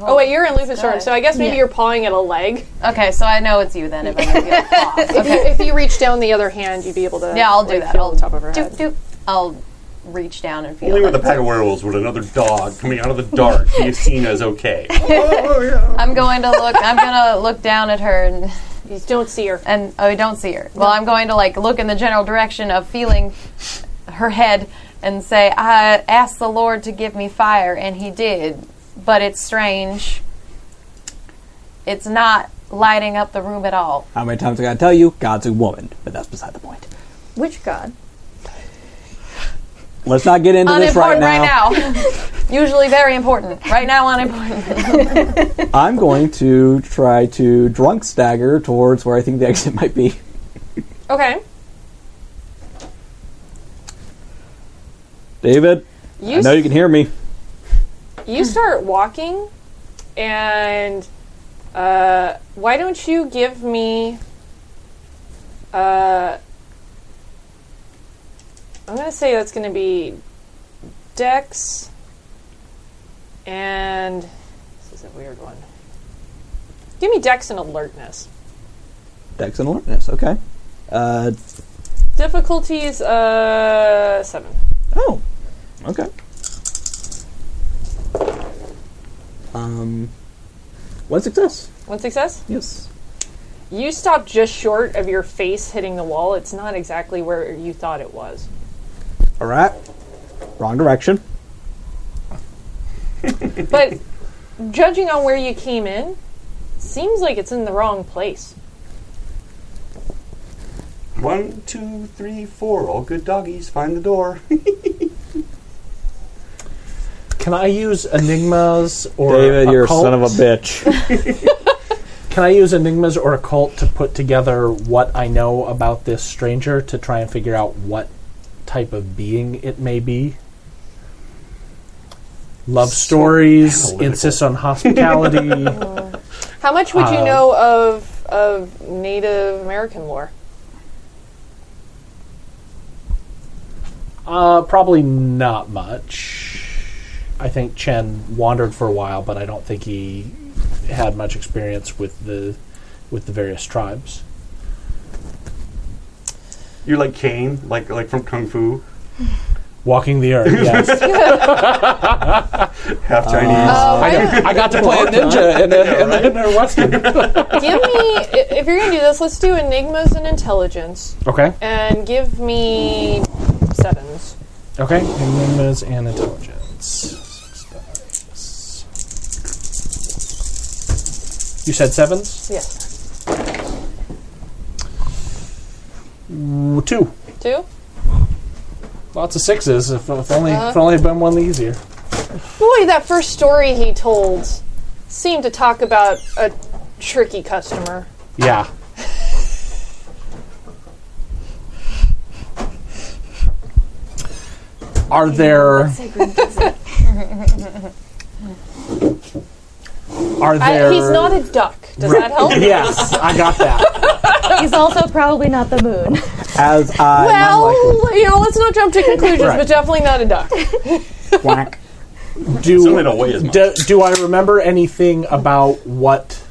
F: Oh wait, you're in Lupus Storm, so I guess maybe
C: Yeah.
F: you're pawing at a leg.
E: Okay, so I know it's you then. If I'm gonna off.
F: If, you, if you reach down the other hand, you'd be able to.
E: Yeah, I'll do
F: like,
E: that.
F: Feel
E: I'll
F: the top of her
E: doop,
F: head.
E: doop. I'll reach down and feel.
D: Only
E: it.
D: with a pack of werewolves would another dog coming out of the dark be seen as okay.
E: I'm going to look. I'm gonna look down at her and
F: You don't see her.
E: and oh, I don't see her. Well, I'm going to like look in the general direction of feeling her head and say, "I asked the Lord to give me fire, and He did, but it's strange. It's not lighting up the room at all.
H: How many times I gotta tell you? God's a woman, but that's beside the point.
C: Which god?
H: Let's not get into this right
E: unimportant
H: now.
E: right now. Usually very important. Right now, unimportant.
H: I'm going to try to drunk stagger towards where I think the exit might be.
F: Okay.
H: David,
F: You
H: I know you can hear me.
F: you start walking, and uh, why don't you give me? Uh, I'm gonna say that's gonna be Dex, and this is a weird one. Give me Dex and alertness.
H: Dex and alertness. Okay. Uh,
F: Difficulties uh, seven.
H: oh. Okay. Um, one success.
F: One success.
H: Yes.
F: You stop just short of your face hitting the wall. It's not exactly where you thought it was.
H: All right. Wrong direction.
F: But judging on where you came in, seems like it's in the wrong place.
D: One, two, three, four. All good doggies find the door.
A: Can I use enigmas or
H: David, you're
A: occult?
H: a son of a bitch.
A: Can I use enigmas or occult to put together what I know about this stranger to try and figure out what type of being it may be? Love stories,
D: analytical.
A: insists on hospitality.
F: How much would you
A: Uh,
F: know of of Native American lore?
A: uh, probably not much. I think Chen wandered for a while, but I don't think he had much experience with the with the various tribes.
D: You're like Kane, like like from Kung Fu.
A: Walking the Earth. Yes.
F: Uh,
D: half Chinese.
A: Uh, I, got, I got to play a ninja in a, in a, in a western.
F: Give me, i- if you're gonna do this, let's do enigmas and intelligence,
A: Okay.
F: and give me sevens.
A: Okay. Enigmas and intelligence. You said sevens?
F: Yes,
A: Ooh, Two.
F: two.
A: Lots of sixes. If, if only
F: Uh-huh.
A: if only had been one easier.
F: Boy, that first story he told seemed to talk about a tricky customer.
A: Yeah. Are there are there?
F: I, he's not a duck. Does that help?
A: yes, I got that.
C: He's also probably not the moon.
H: As I
F: Well, you know, let's not jump to conclusions,
A: Right.
F: but definitely not a duck.
H: quack.
D: Certainly
A: Do,
D: don't weigh as much.
A: do do I remember anything about what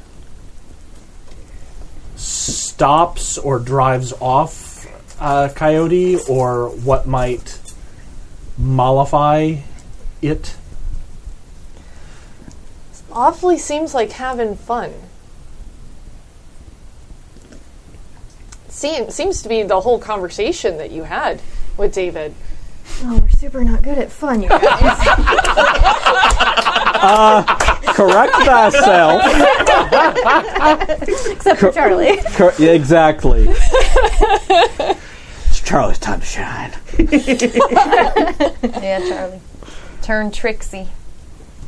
A: stops or drives off a coyote, or what might mollify it?
F: Awfully seems like having fun. Seems seems to be the whole conversation that you had with David.
C: Oh, we're super not good at fun, you guys.
H: Correct thyself.
C: Except for Charlie.
H: Cor- yeah, exactly. it's Charlie's time to shine.
E: Yeah, Charlie. Turn Trixie.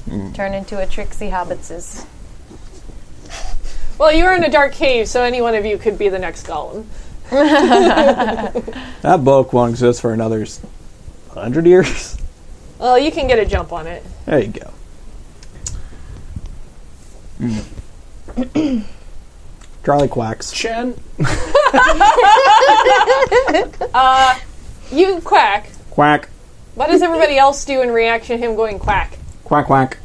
H: Mm.
E: Turn into a Trixie Hobbitses.
F: Well, you're in a dark cave, so any one of you could be the next golem.
H: That book won't exist for another s- hundred years.
F: Well, you can get a jump on it.
H: There you go. Mm. Charlie quacks.
A: Chen,
F: You quack.
H: Quack.
F: What does everybody else do in reaction to him going quack?
H: Quack quack.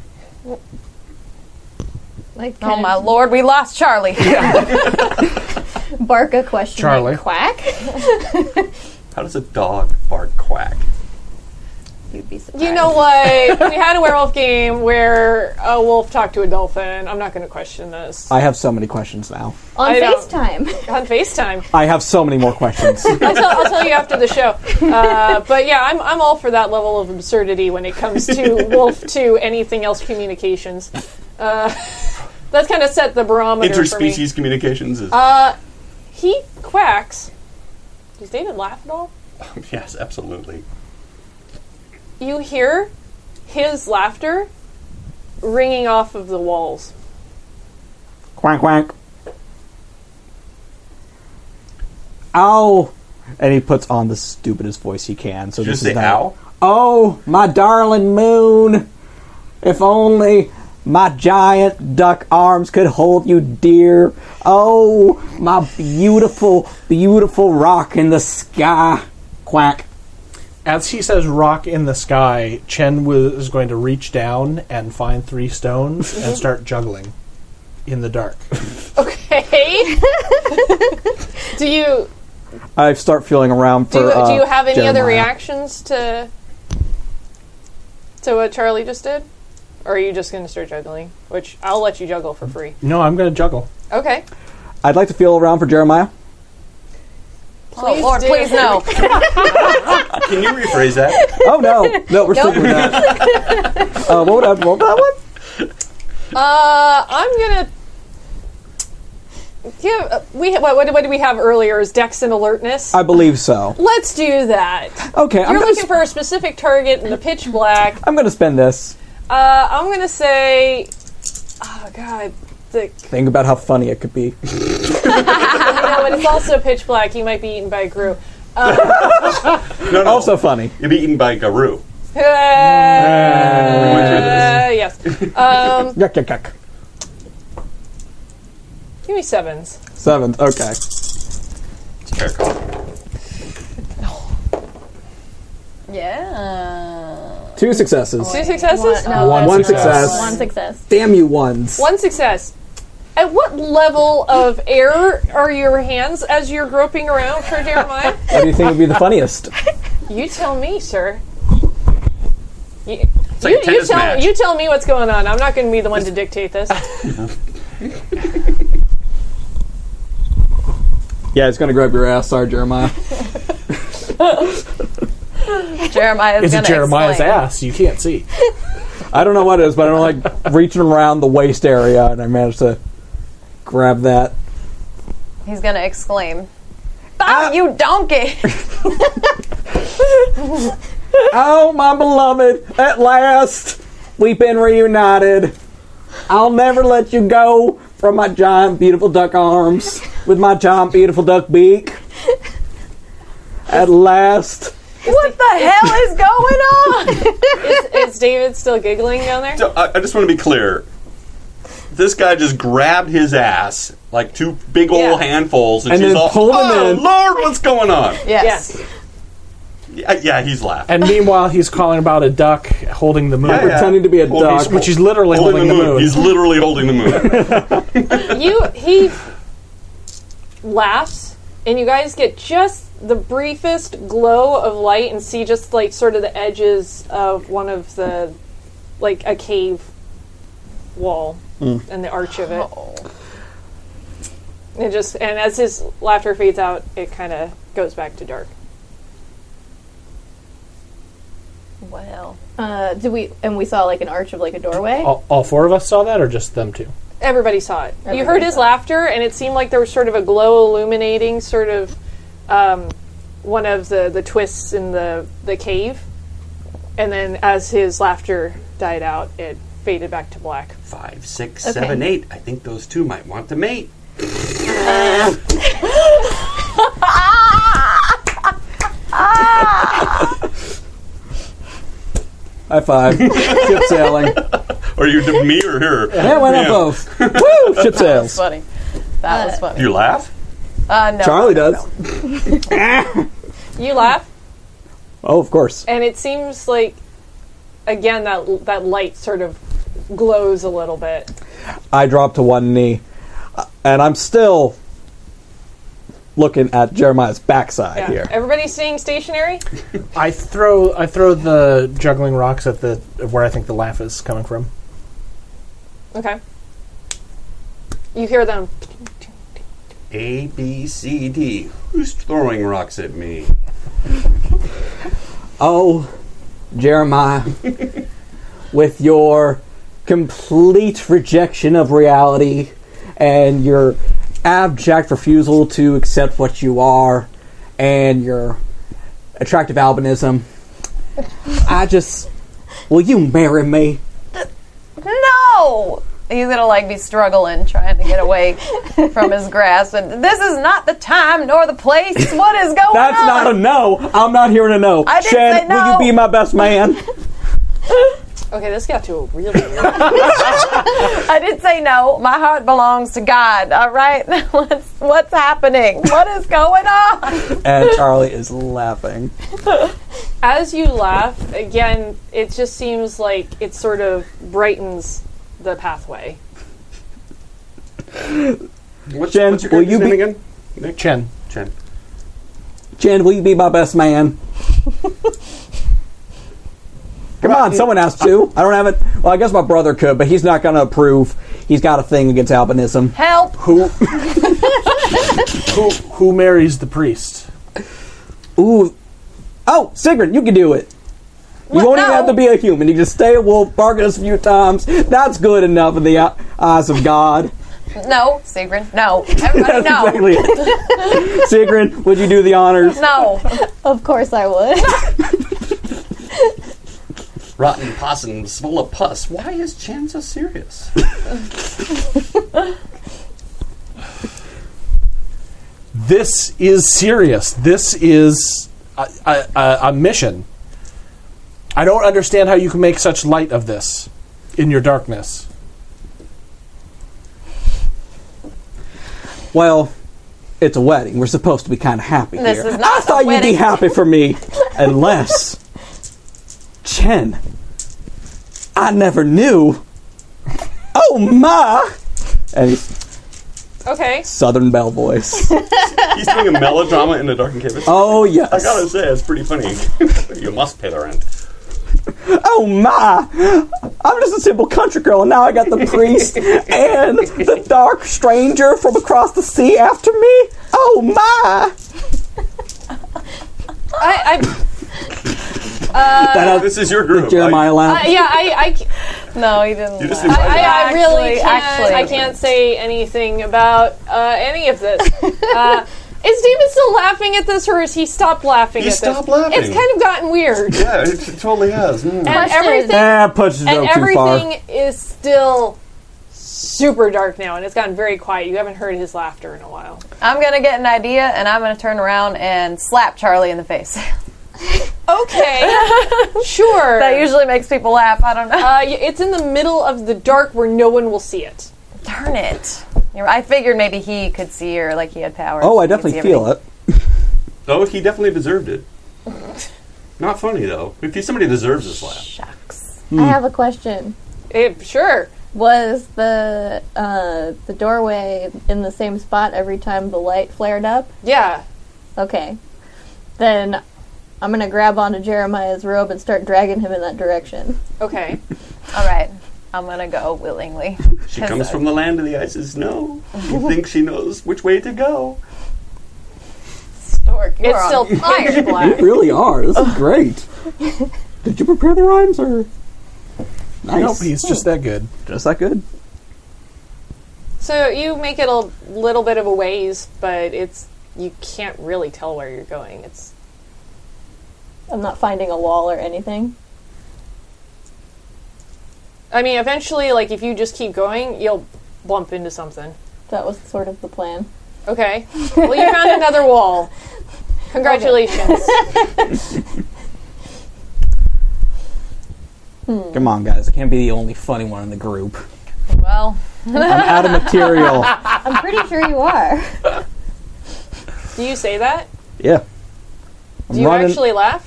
C: Like,
E: Oh
C: kinda
E: my lord, we lost Charlie.
C: bark a question. like,
A: Charlie.
C: quack?
D: How does a dog bark quack?
C: You'd be surprised.
F: You know what? we had a werewolf game where a wolf talked to a dolphin. I'm not going to question this.
H: I have so many questions now.
C: On
F: I don't-
C: FaceTime.
F: On FaceTime.
H: I have so many more questions.
F: I'll tell, I'll tell you after the show. Uh, but yeah, I'm, I'm all for that level of absurdity when it comes to wolf to anything else communications. Uh, that's kind of set the barometer for me.
D: Interspecies communications is
F: He quacks. Does David laugh at all?
D: yes, absolutely.
F: You hear his laughter ringing off of the walls.
H: quack quack. Ow! And he puts on the stupidest voice he can. So
D: Did you
H: this
D: just say
H: is that.
D: ow?
H: Oh, my darling moon, if only my giant duck arms could hold you dear. Oh, my beautiful, beautiful rock in the sky. Quack.
A: As he says rock in the sky, Chen was, is going to reach down and find three stones and start juggling in the dark.
F: Okay. do you
H: I start feeling around for.
F: do you,
H: uh,
F: do you have any other
H: Jeremiah.
F: reactions to to what Charlie just did? Or are you just going to start juggling? Which I'll let you juggle for free.
A: No, I'm going to juggle.
F: Okay.
H: I'd like to feel around for Jeremiah.
E: oh lord,
F: do.
E: please no.
D: Can you rephrase that?
H: Oh no, no, we're sticking with that. Uh, what would I? What would I want?
F: Uh, I'm gonna give. Uh, we what, what, what did we have earlier? Is Dex and alertness?
H: I believe so.
F: Let's do that.
H: Okay, I'm
F: You're
H: gonna,
F: looking
H: sp-
F: for a specific target in the pitch black.
H: I'm gonna spend this.
F: Uh, I'm gonna say. Oh God. The,
H: Think about how funny it could be.
F: you know, when it's also pitch black, you might be eaten by a crew.
D: No, no.
H: Also funny.
D: you'll be eaten by Garou.
F: Uh,
D: We went through this.
F: yes.
H: Yuck yuck yuck.
F: Give me sevens.
H: Seventh. Okay.
D: Fair call.
E: Yeah.
H: Two successes.
F: Two successes.
C: One- no,
A: One
F: that's-
H: One
A: success.
H: success.
C: One success.
H: Damn you ones.
F: One success. At what level of air are your hands as you're groping around for Jeremiah?
H: What do you think would be the funniest?
F: you tell me, sir. You,
D: like
F: you-
D: a
F: you
D: tennis
F: tell
D: match.
F: you tell me what's going on. I'm not going to be the one to dictate this.
H: Yeah, it's gonna grab your ass. Sorry, Jeremiah.
E: Jeremiah is
A: It's
E: going to
A: Jeremiah's ass. You can't see.
H: I don't know what it is, but I'm like reaching around the waist area, and I managed to grab that.
E: He's going to exclaim,
H: Ah.
E: "Bob, you donkey!"
H: Oh, my beloved! At last, we've been reunited. I'll never let you go from my giant, beautiful duck arms with my giant, beautiful duck beak. At last,
E: what the hell is going on?
F: Is David still giggling down there?
D: So I, I just want to be clear. This guy just grabbed his ass like two big old
F: Yeah.
D: handfuls, and,
H: And
D: she's
H: then
D: all,
H: pulled him
D: "Oh
H: in."
D: Lord, what's going on?"
E: yes.
D: Yeah, yeah, he's laughing.
A: And meanwhile, he's calling about a duck holding the moon,
D: Yeah, yeah.
H: pretending to be a
D: Well,
H: duck.
D: he's-
A: which he's literally holding, the moon.
D: He's literally holding the moon.
F: you he laughs and you guys get just the briefest glow of light and see just like sort of the edges of one of the like a cave wall and the arch of it it just and as his laughter fades out it kind of goes back to dark
E: Well,
C: Uh, do we? And we saw like an arch of like a doorway.
A: all, all four of us saw that, or just them two?
F: everybody saw it you heard
C: Everybody
F: his
C: saw it.
F: laughter and it seemed like there was sort of a glow illuminating sort of um, one of the, the twists in the, the cave and then as his laughter died out it faded back to black
D: Five, six, seven, eight. I think those two might want to mate.
H: High five. Ship sailing.
D: Are you to me or her?
H: Yeah, why not
D: Yeah.
H: both? Woo! Ship sails.
E: funny. That was
D: Do
E: funny.
D: you laugh?
E: Uh, no.
H: Charlie does.
F: you laugh
H: Oh, of course.
F: and it seems like again that that light sort of glows a little bit
H: I drop to one knee, Uh, and I'm still looking at Jeremiah's backside
F: yeah.
H: here.
F: everybody seeing stationary
A: I throw I throw the juggling rocks at the where I think the laugh is coming from.
F: okay you hear them
D: A, B, C, D. Who's throwing rocks at me?
H: Oh, Jeremiah, with your complete rejection of reality and your abject refusal to accept what you are and your attractive albinism, I just. Will you marry me?
E: No! He's gonna like be struggling, trying to get away from his grasp. And this is not the time nor the place. What is going
H: That's
E: on?
H: not a no. I'm not hearing a no.
E: I didn't
H: Shan,
E: say no.
H: will you be my best man?
F: okay this got to a really
E: I did say no. My heart belongs to God. All right, what's what's happening? What is going on?
H: and Charlie is laughing.
F: as you laugh again it just seems like it sort of brightens the pathway
D: What's, what's
H: Jen,
D: your
H: will
D: character's name
H: you be-
D: again? Nick?
A: Chen,
D: Chen.
H: Jen, will you be my best man? Come on, someone has to. I don't have it. Well, I guess my brother could, but he's not going to approve. He's got a thing against albinism.
E: Help!
A: who who who marries the priest?
H: Ooh. Oh, Sigrid, you can do it. You won't even
E: no.
H: have to be a human. You just stay a wolf, bark at us a few times. That's good enough in the eye- eyes of God.
E: No, Sigrid. No, everybody.
H: That's
E: No,
H: exactly it. Sigrid, would you do the honors?
E: no.
C: Of course, I would.
D: Rotten possums full of pus. Why is Chen so serious?
A: This is serious. This is a, a, a, a mission. I don't understand how you can make such light of this in your darkness.
H: Well, it's a wedding. We're supposed to be kind of happy
E: This
H: here.
E: is not
H: I thought
E: a
H: you'd be
E: wedding.
H: happy for me, unless Chen. I never knew. Oh my! And he's
F: okay
H: Southern Belle voice.
D: He's doing a melodrama in the dark and cave.
H: Oh
D: I gotta
H: yes.
D: say, it's pretty funny. you must pay the rent.
H: oh my! I'm just a simple country girl, and now I got the priest and the dark stranger from across the sea after me. Oh my!
F: I,
E: Uh,
H: that
D: This is your group.
H: Jeremiah
F: I,
H: laugh.
F: I yeah, I, I, c-
E: No, he didn't.
D: You just
E: laugh.
D: invited-
F: I, I really
E: Actually,
F: can't.
E: actually.
F: I can't say anything about uh, any of this. uh, is David still laughing at this, or has he stopped laughing
D: He
F: at this?
D: stopped laughing.
F: It's kind of gotten weird.
D: I- yeah, it, it totally has. Mm.
F: and everything,
H: Eh, pushes it
F: and
H: over too far.
F: everything is still super dark now, and it's gotten very quiet. You haven't heard his laughter in a while.
E: I'm gonna get an idea, and I'm gonna turn around and slap Charlie in the face.
F: Okay, sure.
E: that usually makes people laugh. I don't know.
F: uh, y- it's in the middle of the dark where no one will see it.
E: Darn it! You're- I figured maybe he could see her, like he had powers.
H: Oh, I definitely feel it.
D: Though he definitely deserved it. Not funny though. If you, somebody deserves this laugh.
E: Shucks.
A: Hmm.
C: I have a question.
F: Eh, sure.
C: Was the uh, the doorway in the same spot every time the light flared up?
F: Yeah.
C: Okay. Then I'm gonna grab onto Jeremiah's robe and start dragging him in that direction.
F: Okay.
E: All right, I'm gonna go willingly.
D: She
E: 'Cause
D: comes
E: I-
D: from the land of the ice and snow. You think she knows which way to go?
E: Stork, you're
F: It's still
E: on fire.
F: pitch black.
H: You really are. This is great. Did you prepare the rhymes or? Nice.
A: Nope, he's just that good.
H: just that good.
F: So you make it a little bit of a ways, but it's you can't really tell where you're going. It's
C: I'm not finding a wall or anything.
F: I mean, eventually like if you just keep going, you'll bump into something.
C: That was sort of the plan.
F: Okay. Well, you found another wall. Congratulations.
H: Come on, guys. I can't be the only funny one in the group.
E: well,
H: I'm out of material.
C: I'm pretty sure you are.
F: Do you say that?
H: Yeah. I'm
F: Do you
H: running-
F: actually laugh?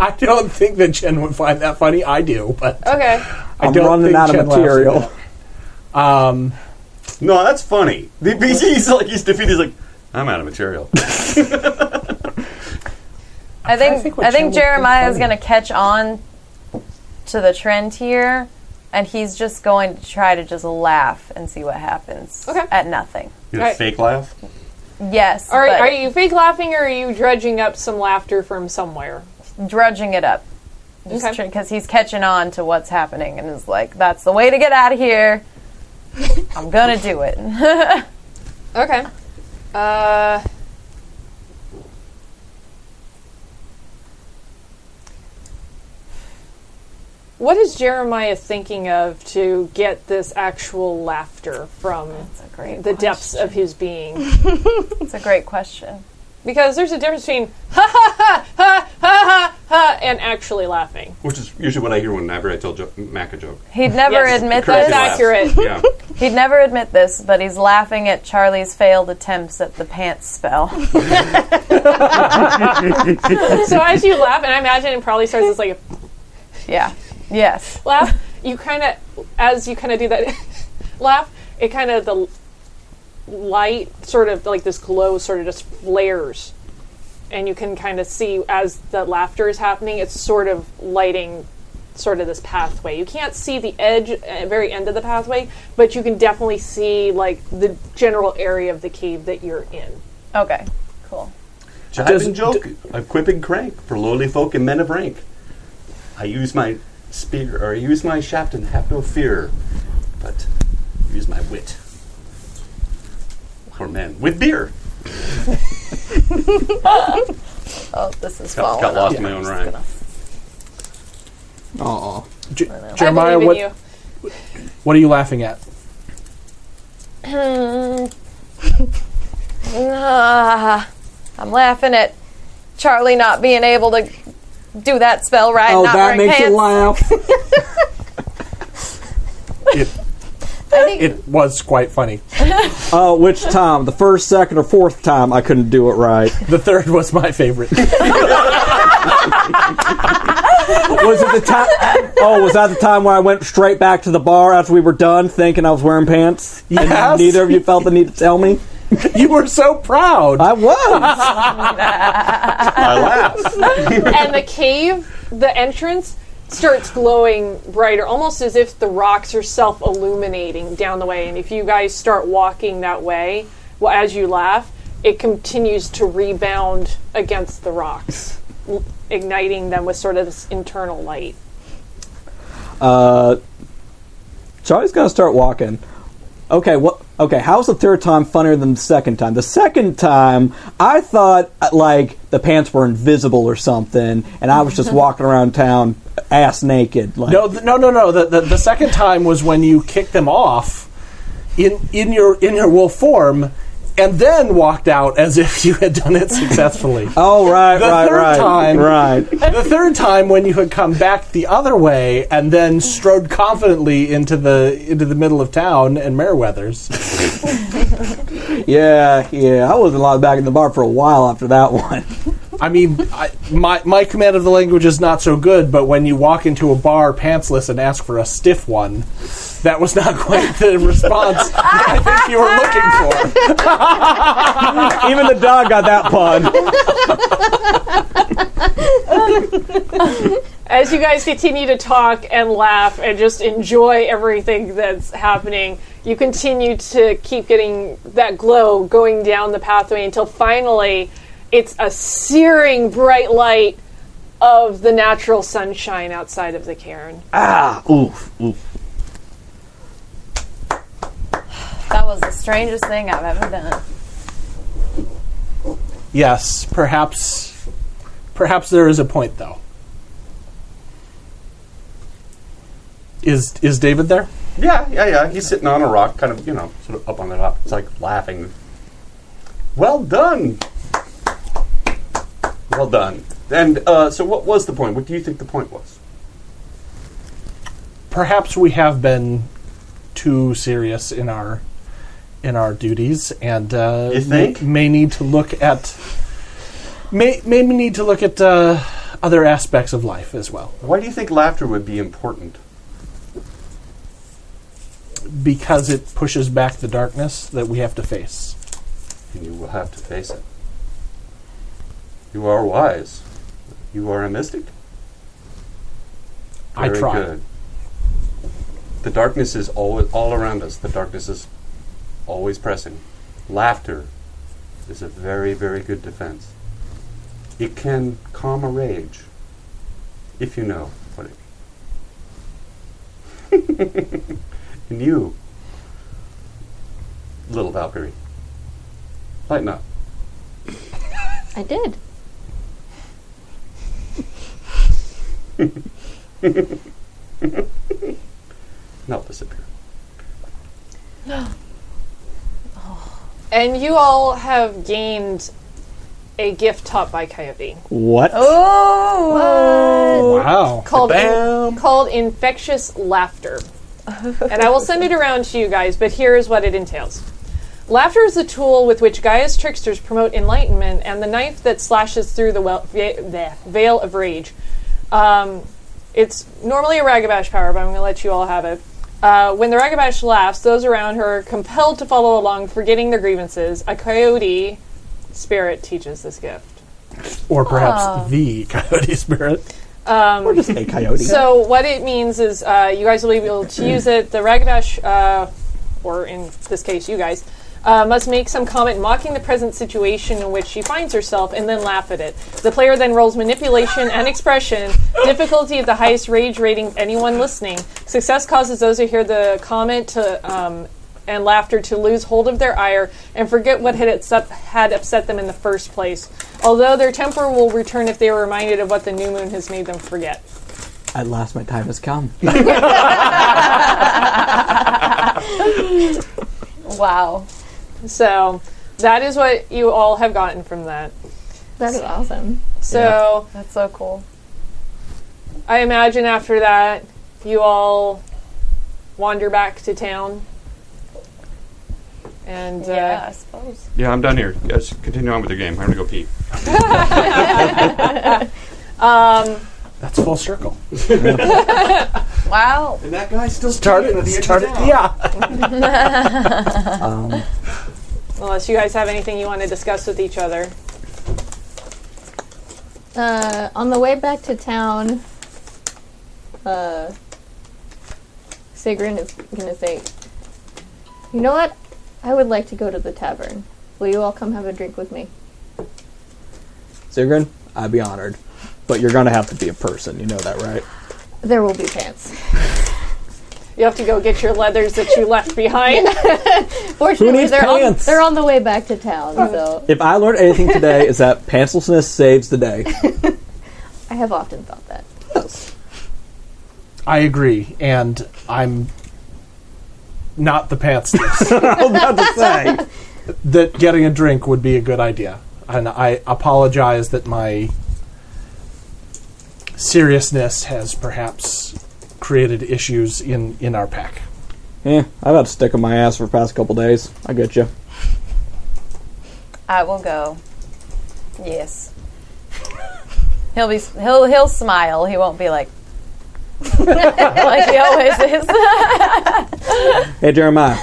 A: I don't think that Jen would find that funny. I do, but
F: Okay.
A: I
H: I'm
A: don't
H: running
A: think
H: out of
A: Jen laughs at
H: material.
A: that. Um,
D: No, that's funny. The- He's, he's like he's defeated. He's like, I'm out of material.
E: I think I
A: think
E: think,
A: what Jen would think
E: Jeremiah is
A: funny.
E: gonna catch on to the trend here, and he's just going to try to just laugh and see what happens.
F: Okay.
E: At nothing.
D: You know,
F: Alright.
D: fake laugh.
E: Yes.
F: All right.
E: but
F: Are you fake laughing or are you dredging up some laughter from somewhere?
E: drudging it up?
F: Okay.
E: Because he's catching on to what's happening and is like, "That's the way to get out of here." I'm gonna do it.
F: Okay. Uh, what is Jeremiah thinking of to get this actual laughter from
E: That's a great.
F: the
E: The
F: depths of his being?
E: That's a great question.
F: Because there's a difference between ha ha ha ha ha ha ha and actually laughing.
D: Which is usually what I hear whenever I tell jo- Mac a joke.
E: He'd never
F: Yes.
E: admit
D: Correct.
E: this.
F: That's
D: laugh.
F: accurate.
D: Yeah.
E: He'd never admit this, but he's laughing at Charlie's failed attempts at the pants spell.
F: so as you laugh, and I imagine it probably starts as like a
E: yeah. Yes.
F: laugh. You kind of, as you kind of do that laugh, it kind of the light sort of like this glow sort of just flares, and you can kind of see as the laughter is happening, it's sort of lighting sort of this pathway. You can't see the edge, uh, very end of the pathway, but you can definitely see like the general area of the cave that you're in.
E: Okay. Cool.
D: Jiving joke, a quipping crank for lowly folk and men of rank. I use my spear, or I use my shaft and have no fear, but use my wit for men with beer.
E: Oh, this is
D: Got,
E: falling.
D: got
E: off.
D: lost in my own rhyme.
H: Aw.
A: J-
F: I
A: Jeremiah,
F: believe in
A: what
F: you.
A: what are you laughing at?
E: Ah, I'm laughing at Charlie not being able to do that spell right.
H: Oh,
E: not
H: that
E: wearing
H: makes
E: pants.
H: you laugh.
A: It,
C: I think
A: it was quite funny.
H: Uh, which time? The first, second, or fourth time I couldn't do it right.
A: The third was my favorite.
H: Was it the time? Oh, was that the time where I went straight back to the bar after we were done, thinking I was wearing pants? And
A: Yes.
H: neither of you felt the need to tell me.
A: you were so proud.
H: I was.
D: I laugh.
F: and the cave, the entrance starts glowing brighter, almost as if the rocks are self illuminating down the way. And if you guys start walking that way, well, as you laugh, it continues to rebound against the rocks, l- igniting them with sort of this internal light.
H: Charlie's gonna start walking. Okay, what? Okay, how's the third time funnier than the second time? The second time, I thought uh, like the pants were invisible or something, and I was just walking around town ass naked. Like,
A: No, th- no, no, no. The, the, the second time was when you kicked them off in in your in your wolf form, and then walked out as if you had done it successfully.
H: oh right,
A: The
H: right,
A: third
H: right,
A: time-
H: right.
A: the third time when you had come back the other way and then strode confidently into the into the middle of town and Meriwether's.
H: Yeah, yeah. I wasn't allowed back in the bar for a while after that one.
A: I mean, I, my my command of the language is not so good, but when you walk into a bar pantsless and ask for a stiff one, that was not quite the response I think you were looking for.
H: Even the dog got that pun.
F: As you guys continue to talk and laugh and just enjoy everything that's happening, you continue to keep getting that glow going down the pathway until finally it's a searing bright light of the natural sunshine outside of the cairn.
H: Oof, oof.
E: That was the strangest thing I've ever done.
A: Yes, perhaps. Perhaps there is a point, though. Is is David there?
D: Yeah, yeah, yeah. He's sitting on a rock, kind of, you know, sort of up on the top. It's like laughing. Well done. Well done. And uh, so, what was the point? What do you think the point was?
A: Perhaps we have been too serious in our in our duties, and uh,
D: You think?
A: may, may need to look at may may need to look at uh, other aspects of life as well,
D: Why do you think laughter would be important?
A: because it pushes back the darkness that we have to face.
D: And you will have to face it. You are wise. You are a mystic.
A: I
D: Very
A: try.
D: good. The darkness is always all around us. The darkness is always pressing. Laughter is a very, very good defense. It can calm a rage, if you know what it. and you, little Valkyrie, lighten up.
C: I did.
D: And I'll disappear.
F: And you all have gained a gift taught by Coyote
H: What?
E: Oh,
A: Wow!
F: called
D: Bam.
F: called infectious laughter. and I will send it around to you guys, but here is what it entails. Laughter is the tool with which Gaia's tricksters promote enlightenment, and the knife that slashes through the wel- ve- bleh, veil of rage. Um, it's normally a Ragabash power, but I'm going to let you all have it. Uh, when the Ragabash laughs, those around her are compelled to follow along, forgetting their grievances. A coyote spirit teaches this gift.
A: Or perhaps the coyote spirit.
H: Or just a coyote.
F: So what it means is uh, you guys will be able to use it. The Ragabash, uh, or in this case, you guys, uh, must make some comment mocking the present situation in which she finds herself and then laugh at it. The player then rolls manipulation and expression, difficulty at the highest rage rating of anyone listening. Success causes those who hear the comment to. Um, and laughter to lose hold of their ire and forget what had upset, had upset them in the first place. Although their temper will return if they are reminded of what the new moon has made them forget.
H: At last, my time has come.
E: wow.
F: So that is what you all have gotten from that.
C: That is awesome.
F: So
E: That's so cool.
F: I imagine after that, you all wander back to town. And uh,
E: Yeah, I suppose.
B: Yeah, I'm done here. Guys, continue on with your game. I'm gonna go pee.
A: That's full circle.
E: Wow.
D: And that guy still
H: Um,
A: Started. Started. Yeah.
F: Unless you guys have anything you want to discuss with each other.
C: Uh, on the way back to town, uh, Sigrun is gonna say, "You know what? I would like to go to the tavern. Will you all come have a drink with me?"
H: Sigrun, I'd be honored. But you're going to have to be a person. You know that, right?
C: There will be pants.
F: You have to go get your leathers that you left behind.
C: Fortunately,
H: needs
C: they're on,
H: pants?
C: they're on the way back to town, so
H: If I learned anything today, is that pantslessness saves the day.
C: I have often thought that.
A: I agree, and I'm not the pants
H: I'm about to say.
A: that getting a drink would be a good idea. And I apologize that my seriousness has perhaps created issues in, in our pack.
H: Yeah, I've had a stick in my ass for the past couple days. I get you.
E: I will go. Yes. He'll be he'll he'll smile. He won't be like like he always is.
H: Hey, Jeremiah,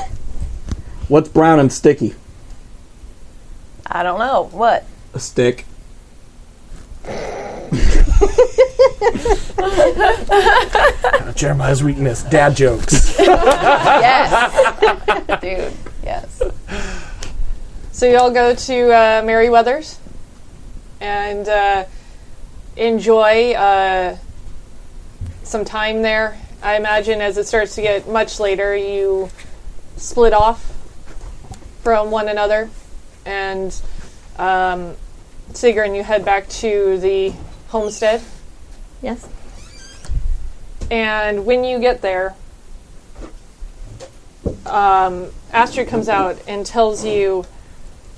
H: what's brown and sticky?
E: I don't know what.
H: A stick.
A: Uh, Jeremiah's weakness, dad jokes.
E: Yes, dude. Yes.
F: So you all go to uh, Merryweather's and uh, enjoy uh, some time there. I imagine as it starts to get much later, you split off from one another, and um, Sigrun, you head back to the homestead.
C: Yes.
F: And when you get there, um, Astrid comes out and tells you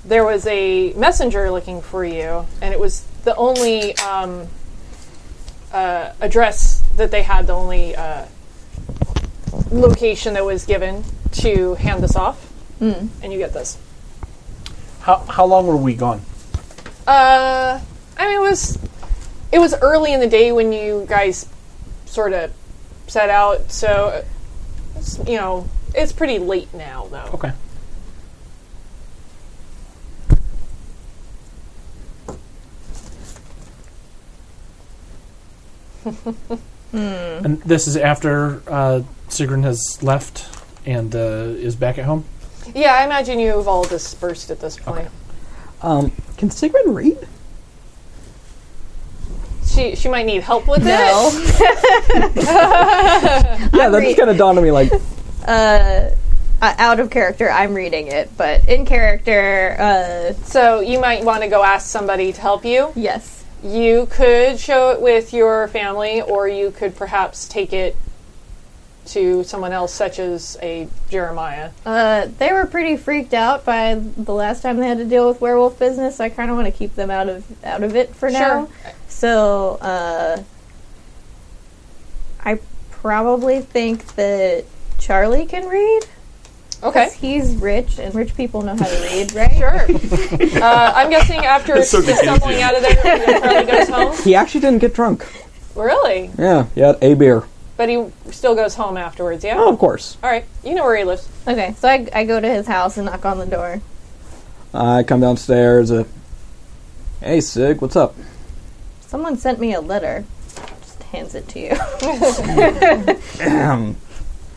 F: there was a messenger looking for you, and it was the only um, uh, address that they had, the only uh, location that was given to hand this off. Mm. And you get this.
A: How, how long were we gone?
F: Uh, I mean, it was it was early in the day when you guys sort of set out, so it's, you know it's pretty late now, though.
A: Okay. And this is after uh, Sigrun has left and uh, is back at home.
F: Yeah, I imagine you've all dispersed at this point.
H: Um, can Sigrun read?
F: She she might need help with it.
C: No.
H: Yeah, that just kind of dawned on me like,
C: Uh, uh, out of character, I'm reading it, but in character, uh,
F: So you might want to go ask somebody to help you.
C: yes.
F: You could show it with your family, or you could perhaps take it to someone else, such as a Jeremiah.
C: Uh, they were pretty freaked out by the last time they had to deal with werewolf business. I kind of want to keep them out of out of it for now. So uh, I probably think that Charlie can read. 'cause
F: Okay.
C: he's rich, and rich people know how to read, right?
F: Sure. uh, I'm guessing after
D: so
F: just stumbling
D: confusing.
F: out of there, he probably goes home.
H: he actually didn't get drunk.
F: Really?
H: Yeah, yeah, a beer.
F: But he still goes home afterwards, yeah?
H: Oh, of course.
F: All right. You know where he lives.
C: Okay, so I, I go to his house and knock on the door.
H: I come downstairs. Uh, hey, Sig, what's up?
C: Someone sent me a letter. Just hands it to you.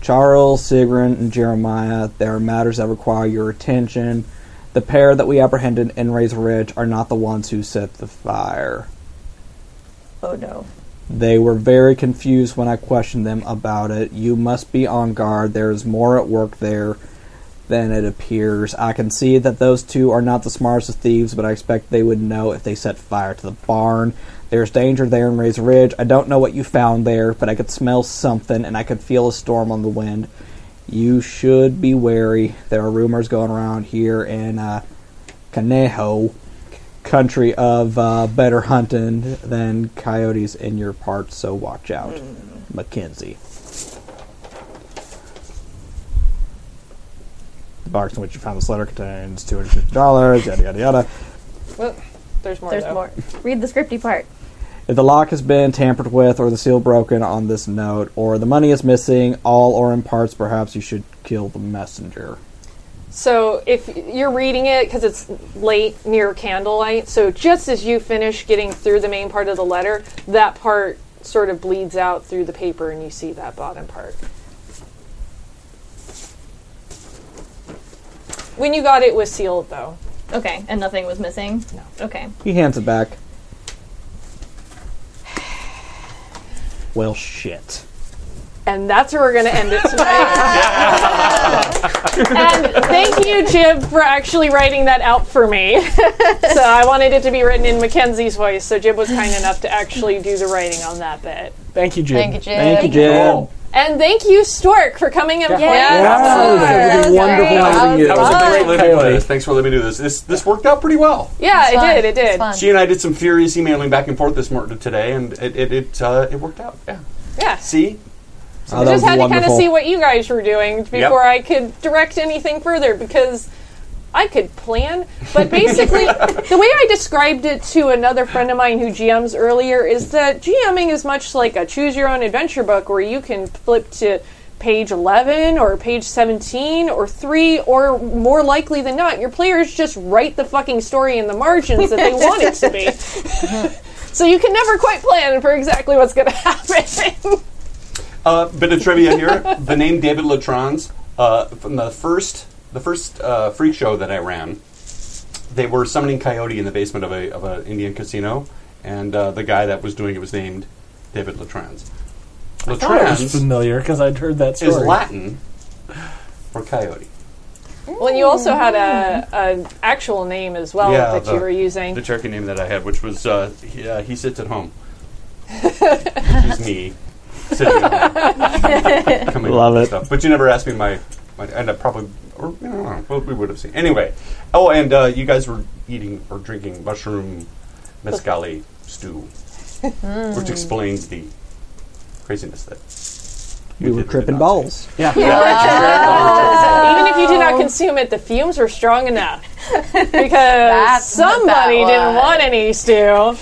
H: Charles, Sigrun, and Jeremiah, there are matters that require your attention. The pair that we apprehended in Razor Ridge are not the ones who set the fire.
C: oh no.
H: They were very confused when I questioned them about it. You must be on guard. There is more at work there than it appears. I can see that those two are not the smartest of thieves, but I expect they would know if they set fire to the barn. There's danger there in Razor Ridge. I don't know what you found there, but I could smell something and I could feel a storm on the wind. You should be wary. There are rumors going around here in uh, Conejo country of uh, better hunting than coyotes in your parts, so watch out, Mackenzie. The box in which you found this letter contains two hundred fifty dollars. Yada yada yada.
F: Well, there's more.
C: There's
F: though.
C: more. Read the scripty part.
H: If the lock has been tampered with, or the seal broken on this note, or the money is missing, all or in parts, perhaps you should kill the messenger.
F: So if you're reading it because it's late near candlelight, so just as you finish getting through the main part of the letter, that part sort of bleeds out through the paper, and you see that bottom part. When you got it, it was sealed though.
C: Okay, and nothing was missing? No. Okay.
H: He hands it back. Well, shit.
F: And that's where we're going to end it tonight. and thank you, Jib, for actually writing that out for me. so I wanted it to be written in Mackenzie's voice, so Jib was kind enough to actually do the writing on that bit.
A: Thank you, Jim.
E: Thank you, Jim.
H: Thank you, Jim.
D: Oh.
F: And thank you, Stork, for coming and playing.
D: Oh,
A: That was wonderful having you.
D: That was a great living
A: Haley.
D: for this. Thanks for letting me do this. This this worked out pretty well.
F: Yeah,
E: fun.
F: it did. It
E: It's
F: did.
E: fun.
D: She and I did some furious emailing back and forth this morning today, and it it it, uh, it worked out. Yeah.
F: Yeah.
D: See,
H: Oh, that
F: just
H: was
F: had to kind
H: wonderful.
F: of see what you guys were doing before I could direct anything further because I could plan. But basically, the way I described it to another friend of mine who GMs earlier is that GMing is much like a choose your own adventure book where you can flip to page 11 or page 17 or 3 or more likely than not your players just write the fucking story in the margins that they want it to be so you can never quite plan for exactly what's going to happen
D: Uh, bit of trivia here. the name David Latrans uh, from the first the first uh, freak show that I ran. They were summoning coyote in the basement of a of an Indian casino, and uh, the guy that was doing it was named David Latrans.
A: That was
D: Latrans
A: familiar because I'd heard that story.
D: is Latin for coyote.
F: Well, and you also had a an actual name as well
D: Yeah,
F: that you
D: the-
F: were using.
D: The Cherokee name that I had, which was uh, he, uh, he sits at home. Which is me sitting at home. Coming up
H: Love
D: with
H: it.
D: Stuff. But you never asked me my, my and I probably or I don't know, well, we would have seen anyway. Oh, and uh, you guys were eating or drinking mushroom mezcali stew, which explains the craziness that
H: We were
D: did, we did
H: tripping
D: not
H: balls.
A: Yeah.
F: Even if you did not consume it, the fumes were strong enough because
E: That's what that
F: somebody didn't
E: was.
F: want any stew.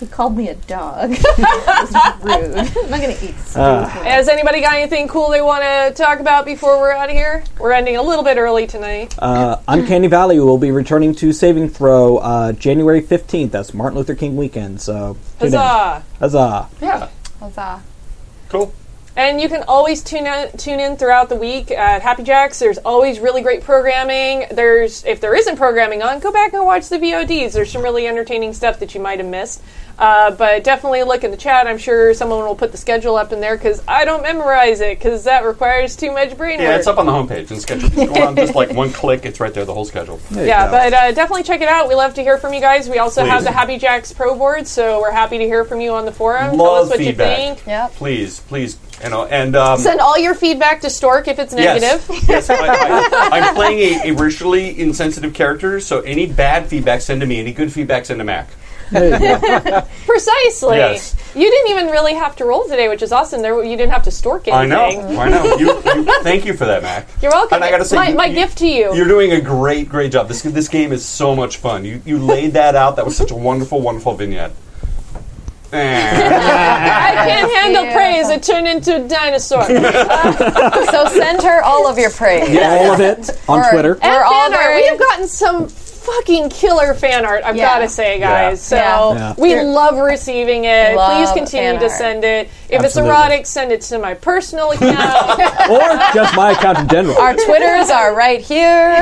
C: He called me a dog. That was rude. I'm not going to eat stew.
F: Has anybody got anything cool they want to talk about before we're out of here? We're ending a little bit early tonight.
H: Uh, Uncanny Valley will be returning to Saving Throw uh, January 15th. That's Martin Luther King weekend, so. tune in.
F: Huzzah!
H: Huzzah.
D: Yeah,
E: Huzzah.
D: cool.
F: And you can always tune in, tune in throughout the week at Happy Jacks. There's always really great programming. There's if there isn't programming on, go back and watch the VODs. There's some really entertaining stuff that you might have missed. Uh, but definitely look in the chat. I'm sure someone will put the schedule up in there because I don't memorize it because that requires too much brain
D: Yeah,
F: work.
D: it's up on the homepage and schedule. Go on, just like one click, it's right there. The whole schedule.
F: yeah, but uh, definitely check it out. We love to hear from you guys. We also have
D: Please.
F: the Happy Jacks Pro Board, so we're happy to hear from you on the forum. Tell
D: Love
F: us what
D: feedback.
F: you think.
E: Yep.
D: Please, please, you know, and um,
F: Send all your feedback to Stork if it's negative.
D: Yes, yes I, I, I'm playing a, a racially insensitive character, so any bad feedback send to me, any good feedback send to Mac.
F: Precisely.
D: Yes.
F: You didn't even really have to roll today, which is awesome. There, you didn't have to stork anything.
D: I know, I know. You, you, thank you for that, Mac.
F: You're welcome.
D: And I gotta say,
F: my,
D: you-
F: my
D: you-
F: gift to you.
D: You're doing a great, great job. This this game is so much fun. You you laid that out. That was such a wonderful, wonderful vignette. Eh.
F: I can't handle
E: Yeah.
F: praise. It turned into a dinosaur. Uh,
E: So send her all of your praise.
H: All of it on
E: Or-
H: Twitter.
E: We're
F: and
E: all
F: fan art.
E: very-
F: We have gotten some fucking killer fan art. I've
E: Yeah.
F: got to say, guys. So
E: Yeah.
H: Yeah.
F: we love receiving it. Please
E: Love
F: continue
E: fan
F: to
E: art.
F: send it. If it's
A: Absolutely.
F: erotic, send it to my personal account.
H: Or just my account in general.
E: Our Twitters are right here.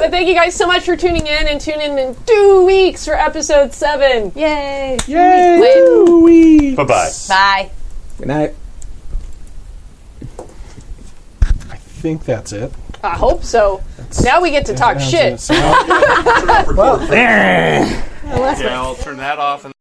F: but thank you guys so much for tuning in, and tune in in two weeks for episode seven.
C: Yay.
A: Yay!
E: Wait.
A: Woo-wee.
D: Bye bye.
E: Bye.
H: Good night.
A: I think that's it.
F: I hope so. now we get to talk shit.
A: That's it. So-
B: Yeah, I'll turn that off. And